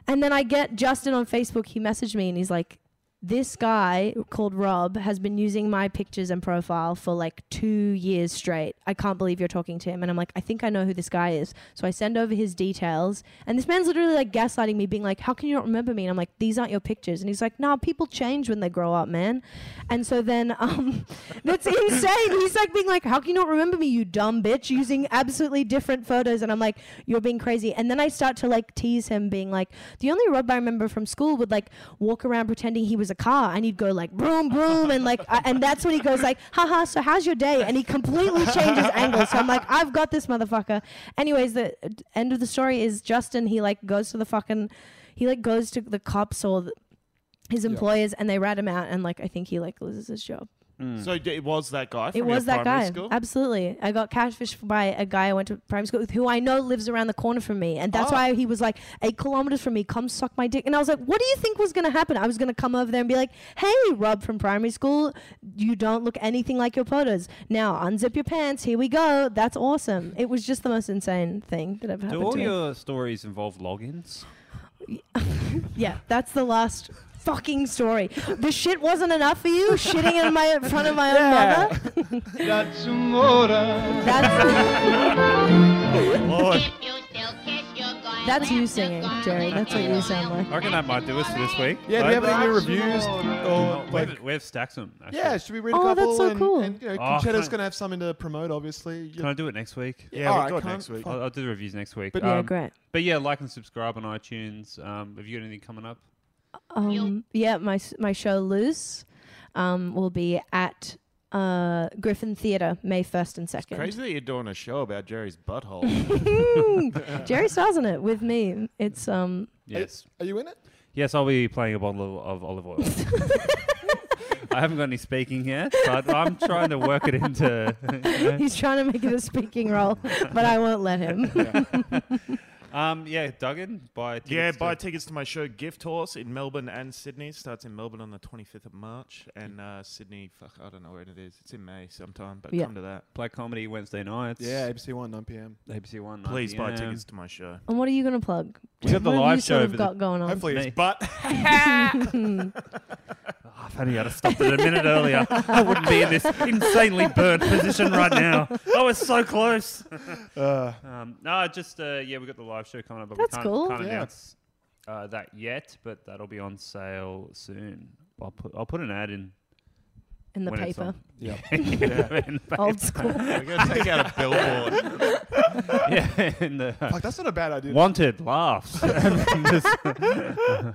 Speaker 7: And then I get Justin on Facebook. He messaged me and he's like, this guy called Rob has been using my pictures and profile for like two years straight. I can't believe you're talking to him. And I'm like, I think I know who this guy is. So I send over his details. And this man's literally like gaslighting me, being like, How can you not remember me? And I'm like, These aren't your pictures. And he's like, Nah, people change when they grow up, man. And so then, [LAUGHS] um, that's insane. He's like being like, "How can you not remember me, you dumb bitch?" Using absolutely different photos, and I'm like, "You're being crazy." And then I start to like tease him, being like, "The only Rob I remember from school would like walk around pretending he was a car, and he'd go like broom broom, and like, I, and that's when he goes like, haha, so how's your day?" And he completely changes angle. So I'm like, "I've got this motherfucker." Anyways, the uh, end of the story is Justin. He like goes to the fucking, he like goes to the cops or. The, his
Speaker 9: Yeah.
Speaker 7: employers and they rat him out and like I think he like loses his job.
Speaker 14: Hmm.
Speaker 9: So d- it was that guy. From
Speaker 7: It was
Speaker 9: your
Speaker 7: that
Speaker 9: primary
Speaker 7: guy.
Speaker 9: School?
Speaker 7: Absolutely. I got catfished by a guy I went to primary school with who I know lives around the corner from me. And that's
Speaker 9: Oh.
Speaker 7: why he was like, eight kilometers from me, come suck my dick. And I was like, what do you think was going to happen? I was going to come over there and be like, hey, Rob from primary school, you don't look anything like your photos. Now unzip your pants. Here we go. That's awesome. It was just the most insane thing that ever
Speaker 8: Do
Speaker 7: happened
Speaker 8: all
Speaker 7: to me.
Speaker 8: your stories involve logins?
Speaker 7: Yeah, that's the last fucking story. The shit wasn't enough for you, shitting in my in front of my own mother.
Speaker 2: That's more.
Speaker 7: That's.
Speaker 11: If you still kiss your
Speaker 7: That's you singing, Jerry. That's what you sound like.
Speaker 8: I reckon that might do us for this week. oh,
Speaker 6: Yeah, do you have any new
Speaker 8: Right?
Speaker 6: reviews?
Speaker 8: No,
Speaker 6: Or,
Speaker 8: we've-
Speaker 6: like,
Speaker 8: we've stacked them. Actually.
Speaker 6: yeah, should we read a
Speaker 7: Oh,
Speaker 6: couple?
Speaker 7: that's so
Speaker 6: and,
Speaker 7: cool.
Speaker 6: and, you know,
Speaker 8: Oh,
Speaker 6: Conchetta's
Speaker 8: thank-
Speaker 6: going to have something to promote, obviously. You-
Speaker 8: Can I do it next week?
Speaker 6: Yeah, Yeah, we've alright, got it can't- next week.
Speaker 8: I'll, I'll do the reviews next week. Um,
Speaker 7: But- Yeah, great.
Speaker 8: But yeah, like and subscribe on iTunes. Um, have you got anything coming up?
Speaker 7: Um, yeah, my s- my show Loose um, will be at uh, Griffin Theatre May first and
Speaker 8: [LAUGHS]
Speaker 7: second.
Speaker 14: Crazy that you're doing a show about Jerry's
Speaker 7: [LAUGHS]
Speaker 14: butthole.
Speaker 7: Jerry stars in it with me. It's
Speaker 8: [LAUGHS]
Speaker 7: um.
Speaker 8: Yes.
Speaker 6: Are you in it?
Speaker 8: Yes, I'll be playing a bottle of, of olive
Speaker 7: [LAUGHS]
Speaker 8: oil. I haven't got any speaking yet, but I'm trying to work it into. you know.
Speaker 7: He's trying to make it a speaking role, but I won't let him.
Speaker 8: [LAUGHS] Um, yeah, Duggan, buy tickets.
Speaker 5: Yeah, buy
Speaker 8: to-
Speaker 5: tickets to my show Gift Horse in Melbourne and Sydney. Starts in Melbourne on the 25th of March, and uh, Sydney, fuck, I don't know when it is. It's in May sometime, but
Speaker 8: Yeah.
Speaker 5: come to that.
Speaker 8: Play comedy Wednesday nights.
Speaker 6: Yeah, ABC One, 9 p.m.
Speaker 8: ABC One.
Speaker 5: Please
Speaker 8: 9
Speaker 5: buy
Speaker 8: p.m..
Speaker 5: tickets to my show.
Speaker 7: and what are you going to plug?
Speaker 8: We got the
Speaker 7: What have
Speaker 8: live
Speaker 7: you sort
Speaker 8: show
Speaker 7: of
Speaker 8: for the-
Speaker 7: got going on. [LAUGHS]
Speaker 8: hopefully it's Me. butt.
Speaker 7: I've
Speaker 8: If only I'd have stopped it a minute [LAUGHS] earlier, I wouldn't be in this insanely burnt position right now. I was so [LAUGHS] close.
Speaker 6: Uh.
Speaker 8: um, no, just uh, yeah, we got the live show coming up, but
Speaker 7: That's
Speaker 8: we can't,
Speaker 7: cool.
Speaker 8: can't
Speaker 7: Yeah.
Speaker 8: announce uh, that yet. But that'll be on sale soon. I'll put I'll put an ad in.
Speaker 7: In the
Speaker 8: when it's
Speaker 7: paper.
Speaker 8: on. [LAUGHS]
Speaker 7: Yep.
Speaker 8: Yeah, in the
Speaker 7: Old
Speaker 8: paper. [LAUGHS]
Speaker 7: school. We're gonna
Speaker 6: take [LAUGHS] out a billboard.
Speaker 8: yeah, in the,
Speaker 6: Fuck, that's not a bad idea.
Speaker 8: Wanted laughs. Just- [LAUGHS]
Speaker 6: That's-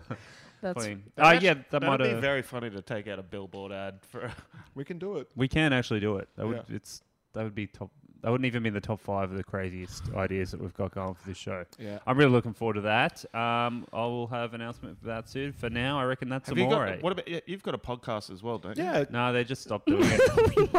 Speaker 7: [LAUGHS]
Speaker 8: Funny.
Speaker 14: That'd
Speaker 8: Uh, yeah,
Speaker 14: actu-
Speaker 8: that might
Speaker 14: that'd be
Speaker 8: have.
Speaker 14: very funny to take out a billboard ad for.
Speaker 6: We can do it.
Speaker 8: We can actually do it. That would it's that would be top. That wouldn't even be in the top five of the craziest ideas that we've got going for this show.
Speaker 6: Yeah.
Speaker 8: I'm really looking forward to that. Um, I will have an announcement for that soon. For now, I reckon that's
Speaker 14: Have you
Speaker 8: amore.
Speaker 5: eh?
Speaker 14: got, what about yeah, you've got a podcast as well, don't you?
Speaker 8: No, they just stopped doing
Speaker 14: [LAUGHS]
Speaker 8: it.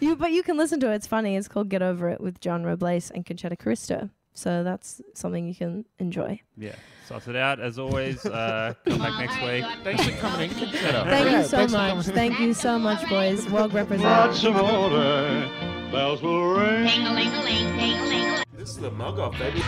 Speaker 7: you, but you can listen to it. It's funny. It's called Get Over It with John Robles and Conchetta Caristo. So that's something you can enjoy.
Speaker 8: Yeah, suss it out as always. Uh, come back next week.
Speaker 14: Thanks for coming in.
Speaker 7: Thank you so much. Thank you so much, boys. Well
Speaker 2: Lots
Speaker 7: represented.
Speaker 2: of order. Bells will ring.
Speaker 5: This is the mug off, baby.